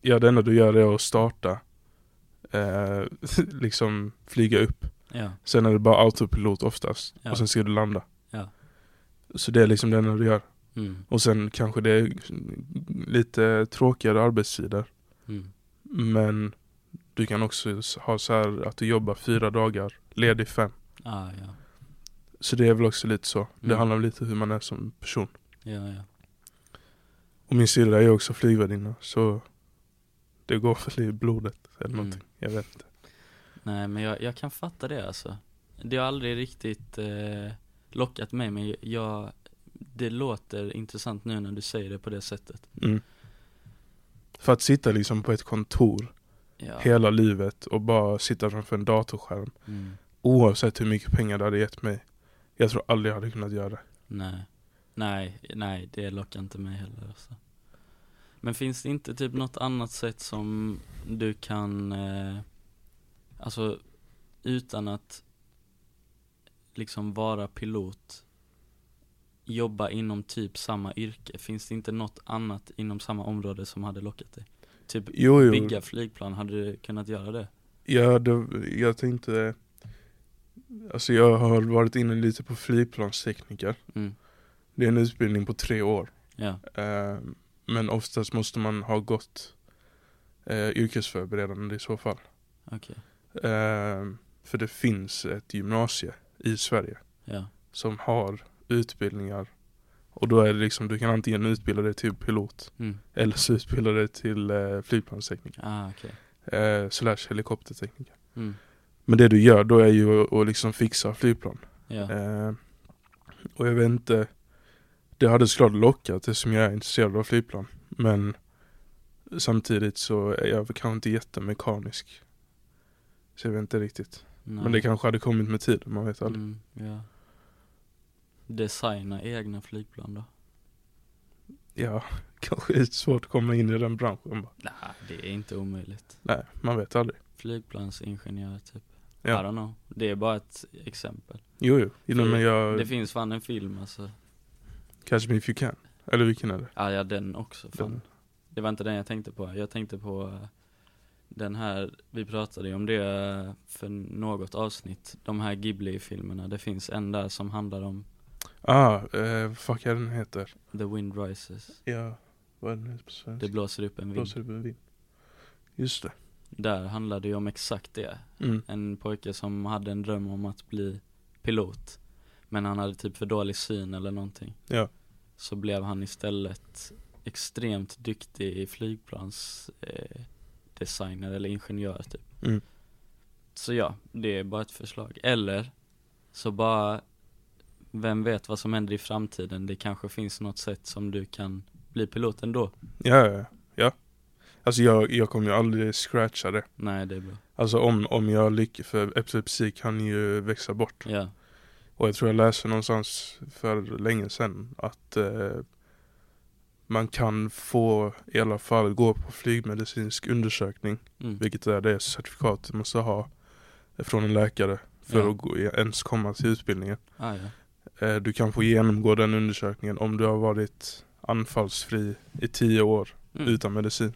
A: Ja det enda du gör är att starta eh, Liksom flyga upp
B: Ja.
A: Sen är det bara autopilot oftast
B: Ja.
A: och sen ska du landa
B: Ja.
A: Så det är liksom det enda du gör
B: Mm.
A: Och sen kanske det är lite tråkigare arbetstider
B: Mm.
A: Men du kan också ha så här att du jobbar fyra dagar, ledig fem
B: Ah, ja.
A: Så det är väl också lite så Det
B: Mm.
A: handlar lite om hur man är som person
B: Ja, ja.
A: Och min syrra är också flygvärdinna så det går väl i blodet eller
B: Mm.
A: någonting. Jag vet inte.
B: Nej, men jag, jag kan fatta det alltså. Det har aldrig riktigt eh, lockat mig, men jag, det låter intressant nu när du säger det på det sättet.
A: Mm. För att sitta liksom på ett kontor
B: Ja.
A: hela livet och bara sitta framför en datorskärm
B: Mm.
A: oavsett hur mycket pengar det hade gett mig. Jag tror aldrig jag hade kunnat göra det.
B: Nej, nej, nej, det lockar inte mig heller alltså. Men finns det inte typ något annat sätt som du kan, eh, alltså utan att liksom vara pilot, jobba inom typ samma yrke? Finns det inte något annat inom samma område som hade lockat dig? Typ
A: Jo, jo.
B: bygga flygplan, hade du kunnat göra det?
A: Ja, det, jag tänkte... Alltså jag har varit inne lite på flygplanstekniker.
B: Mm,
A: Det är en utbildning på tre år.
B: ja,
A: Eh, men oftast måste man ha gått eh, yrkesförberedande i så fall.
B: Okej.
A: Eh, för det finns ett gymnasie i Sverige
B: ja,
A: som har utbildningar. Och då är det liksom, du kan antingen utbilda dig till pilot
B: mm,
A: eller så utbilda dig till eh, flygplanstekniker.
B: ah okej,
A: Eh, slash helikoptertekniker.
B: mm,
A: Men det du gör då är ju att, att liksom fixa flygplan.
B: ja,
A: Eh, och jag vet inte, det hade såklart lockat det som jag är intresserad av flygplan. Men samtidigt så är jag väl kanske inte jättemekanisk. Så jag vet inte riktigt.
B: nej.
A: Men det kanske hade kommit med tiden, man vet aldrig.
B: Mm, ja. Designa egna flygplan då? Mm.
A: Ja, kanske är det svårt att komma in i den branschen bara.
B: Nej, det är inte omöjligt.
A: Nej, man vet aldrig.
B: Flygplansingenjör typ.
A: Ja.
B: I don't know. Det är bara ett exempel.
A: Jo, jo. Jo, men jag,
B: Det finns fan en film alltså.
A: catch me if you can. Eller vilken är det?
B: Ah, ja, den också. Fan.
A: Den.
B: Det var inte den jag tänkte på. Jag tänkte på eh, den här, vi pratade ju om det eh, för något avsnitt. De här Ghibli-filmerna. Det finns en där som handlar om
A: Ah, eh, vad fuck är den heter?
B: The Wind Rises.
A: Ja, vad är den heter på
B: Det
A: svenska?
B: blåser upp en vind.
A: Blåser upp en vind. Just det.
B: Där handlar det ju om exakt det.
A: Mm.
B: en pojke som hade en dröm om att bli pilot Men han hade typ för dålig syn eller någonting
A: Ja.
B: Så blev han istället extremt duktig i flygplansdesigner eh, designer eller ingenjör typ
A: Mm.
B: Så ja, det är bara ett förslag. Eller så bara vem vet vad som händer i framtiden? Det kanske finns något sätt som du kan bli pilot ändå?
A: Ja, ja, ja. Alltså jag, jag kommer ju aldrig scratcha det.
B: Nej, det är bra.
A: Alltså om, om jag lyckas, för epilepsi kan ju växa bort.
B: Ja,
A: Och jag tror jag läste någonstans för länge sedan att eh, man kan få i alla fall gå på flygmedicinsk undersökning,
B: mm.
A: vilket är det certifikat du måste ha från en läkare för
B: Ja.
A: att gå, ens komma till utbildningen.
B: Ah, ja.
A: Eh, du kan få genomgå den undersökningen om du har varit anfallsfri i tio år
B: Mm.
A: utan medicin.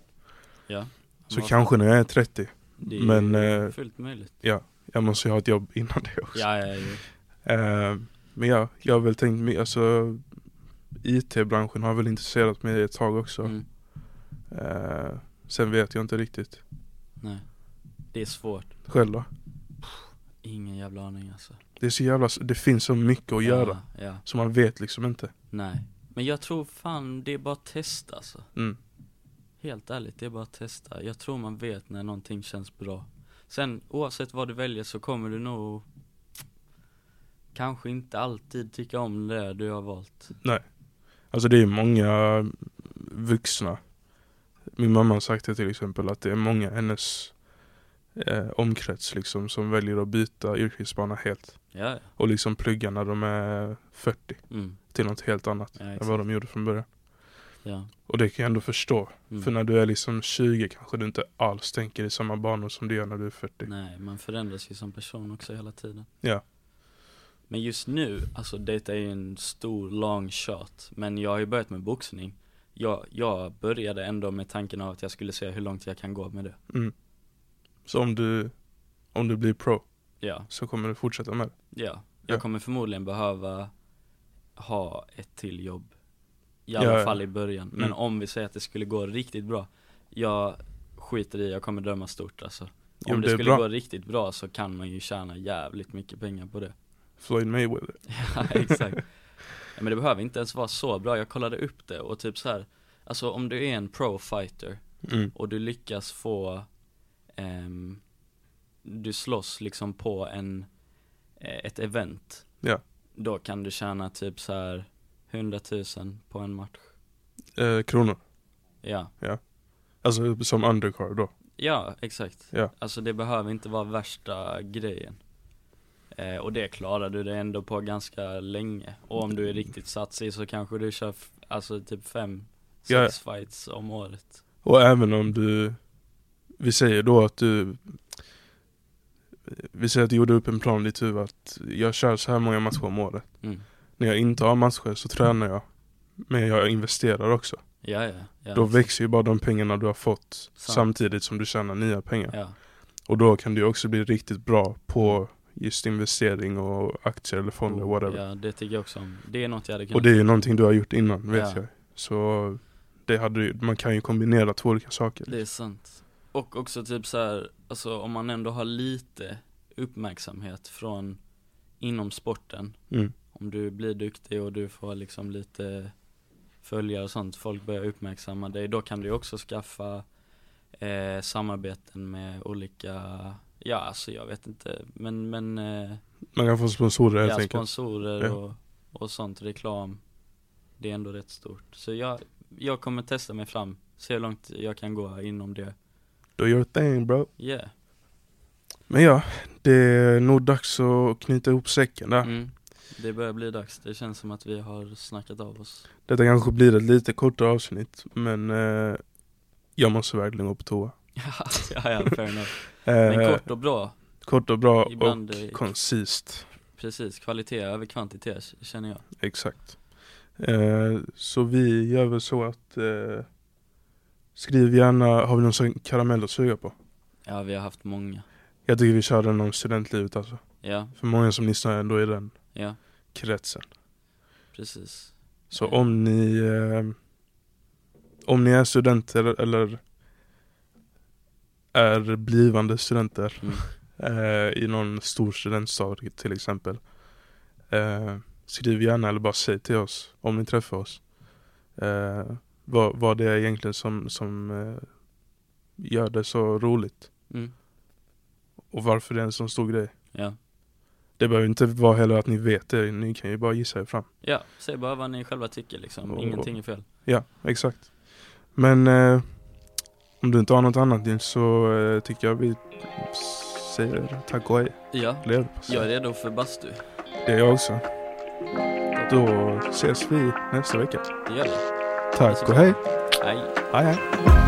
B: ja.
A: Så
B: Vad-
A: kanske när jag är 30
B: Det är
A: Men,
B: ju
A: eh,
B: fullt möjligt.
A: Jag måste ju ha ett jobb innan det också.
B: Ja, ja, ja.
A: Eh, men ja, jag har väl tänkt mig, alltså IT-branschen har väl intresserat mig ett tag också.
B: Mm,
A: Eh, sen vet jag inte riktigt.
B: nej. Det är svårt.
A: Själv då?
B: Ingen jävla aning alltså.
A: Det är så jävla, det finns så mycket att göra.
B: Ja, ja,
A: Så man vet liksom inte.
B: nej. Men jag tror fan det är bara att testa alltså.
A: Mm.
B: Helt ärligt, det är bara att testa. Jag tror man vet när någonting känns bra. Sen oavsett vad du väljer så kommer du nog kanske inte alltid tycka om det du har valt.
A: Alltså det är många vuxna. Min mamma har sagt det till exempel att det är många i hennes eh, omkrets liksom som väljer att byta yrkesbana helt.
B: Ja, ja.
A: Och liksom plugga när de är 40
B: Mm.
A: till något helt annat
B: Ja,
A: än
B: exakt.
A: vad de gjorde från början.
B: Ja.
A: Och det kan jag ändå förstå.
B: Mm.
A: För när du är liksom 20 kanske du inte alls tänker i samma banor som du gör när du är 40.
B: Nej, man förändras ju som person också hela tiden.
A: Ja.
B: Men just nu, alltså detta är ju en stor long shot. Men jag har ju börjat med boxning. Jag, jag började ändå med tanken av att jag skulle se hur långt jag kan gå med det.
A: Mm. Så om du, om du blir pro
B: Ja,
A: så kommer du fortsätta med det.
B: ja. Jag
A: Ja.
B: kommer förmodligen behöva ha ett till jobb. I alla
A: Ja, ja.
B: fall i början. Men
A: Mm.
B: om vi säger att det skulle gå riktigt bra. Jag skiter i, jag kommer drömma stort alltså.
A: Jo,
B: Om det,
A: det är
B: skulle
A: bra.
B: gå riktigt bra så kan man ju tjäna jävligt mycket pengar på det.
A: Floyd Mayweather.
B: Ja, exakt. Ja, men det behöver inte ens vara så bra, jag kollade upp det och typ så här. Alltså om du är en pro fighter
A: Mm.
B: och du lyckas få, ehm, du slåss liksom på en, eh, ett event.
A: Ja.
B: Då kan du tjäna typ så här 100 000 på en match.
A: Eh, kronor.
B: Ja,
A: Alltså som undercard då.
B: ja exakt.
A: Ja.
B: Alltså det behöver inte vara värsta grejen. Eh, och det klarar du dig ändå på ganska länge. Och om du är riktigt satsig så kanske du kör f- alltså typ fem, sex
A: Ja.
B: fights om året.
A: Och även om du, vi säger då att du, vi säger att du gjorde upp en plan i ditt huvud att jag kör så här många matcher om året.
B: Mm.
A: När jag inte har matcher så tränar jag. Men jag investerar också.
B: Ja, ja, ja.
A: Då växer ju bara de pengarna du har fått
B: Sant.
A: samtidigt som du tjänar nya pengar.
B: Ja, Mm.
A: Och då kan du också bli riktigt bra på just investering och aktier eller fonder,
B: Oh,
A: whatever.
B: ja, det tycker jag också om. Det är något jag hade kunnat.
A: Och det är ju någonting du har gjort innan, vet
B: Ja.
A: jag. Så det hade ju, man kan ju kombinera två olika saker.
B: Det är sant. Och också typ så här, alltså om man ändå har lite uppmärksamhet från inom sporten.
A: Mm.
B: Om du blir duktig och du får liksom lite följare och sånt, folk börjar uppmärksamma dig. Då kan du ju också skaffa eh, samarbeten med olika, ja alltså jag vet inte, men, men eh,
A: Man kan få sponsorer helt
B: ja,
A: enkelt.
B: sponsorer
A: Ja.
B: och, och sånt, reklam. Det är ändå rätt stort. Så jag, jag kommer testa mig fram, se hur långt jag kan gå inom det.
A: Do your thing bro.
B: Yeah.
A: Men ja, det är nog dags att knyta ihop säcken där.
B: Mm. Det börjar bli dags, det känns som att vi har snackat av oss.
A: Detta kanske blir ett lite kortare avsnitt, men eh, jag måste verkligen gå på toa.
B: ja, ja, fair enough. Men
A: Eh,
B: kort och bra,
A: kort och bra
B: Ibland,
A: och
B: eh,
A: koncist.
B: precis, kvalitet över kvantitet känner jag.
A: Exakt. Eh, så vi gör väl så att eh, skriv gärna, har vi någon sån karamell att suga på?
B: Ja, vi har haft många.
A: Jag tycker vi kör den om studentlivet alltså.
B: Ja,
A: För många som lyssnar är ändå i den
B: ja,
A: kretsen.
B: precis.
A: Så om ni eh, om ni är studenter eller är blivande studenter
B: Mm.
A: eh, i någon stor studentstad till exempel. Eh, skriv gärna eller bara säg till oss om ni träffar oss. Eh, vad, vad det är egentligen som, som eh, gör det så roligt.
B: Mm.
A: Och varför det är en sån stor grej.
B: Ja.
A: Det behöver inte vara heller att ni vet det, ni kan ju bara gissa er fram.
B: ja, säg bara vad ni själva tycker liksom,
A: Och-
B: ingenting är fel.
A: Ja, exakt. Men eh, om du inte har något annat Nils så eh, tycker jag vi säger tack och hej.
B: Ja,
A: Lev.
B: jag är redo för bastu.
A: Det är jag också. Då ses vi nästa vecka.
B: Det gör jag.
A: Tack och hej.
B: Hej.
A: Hej hej.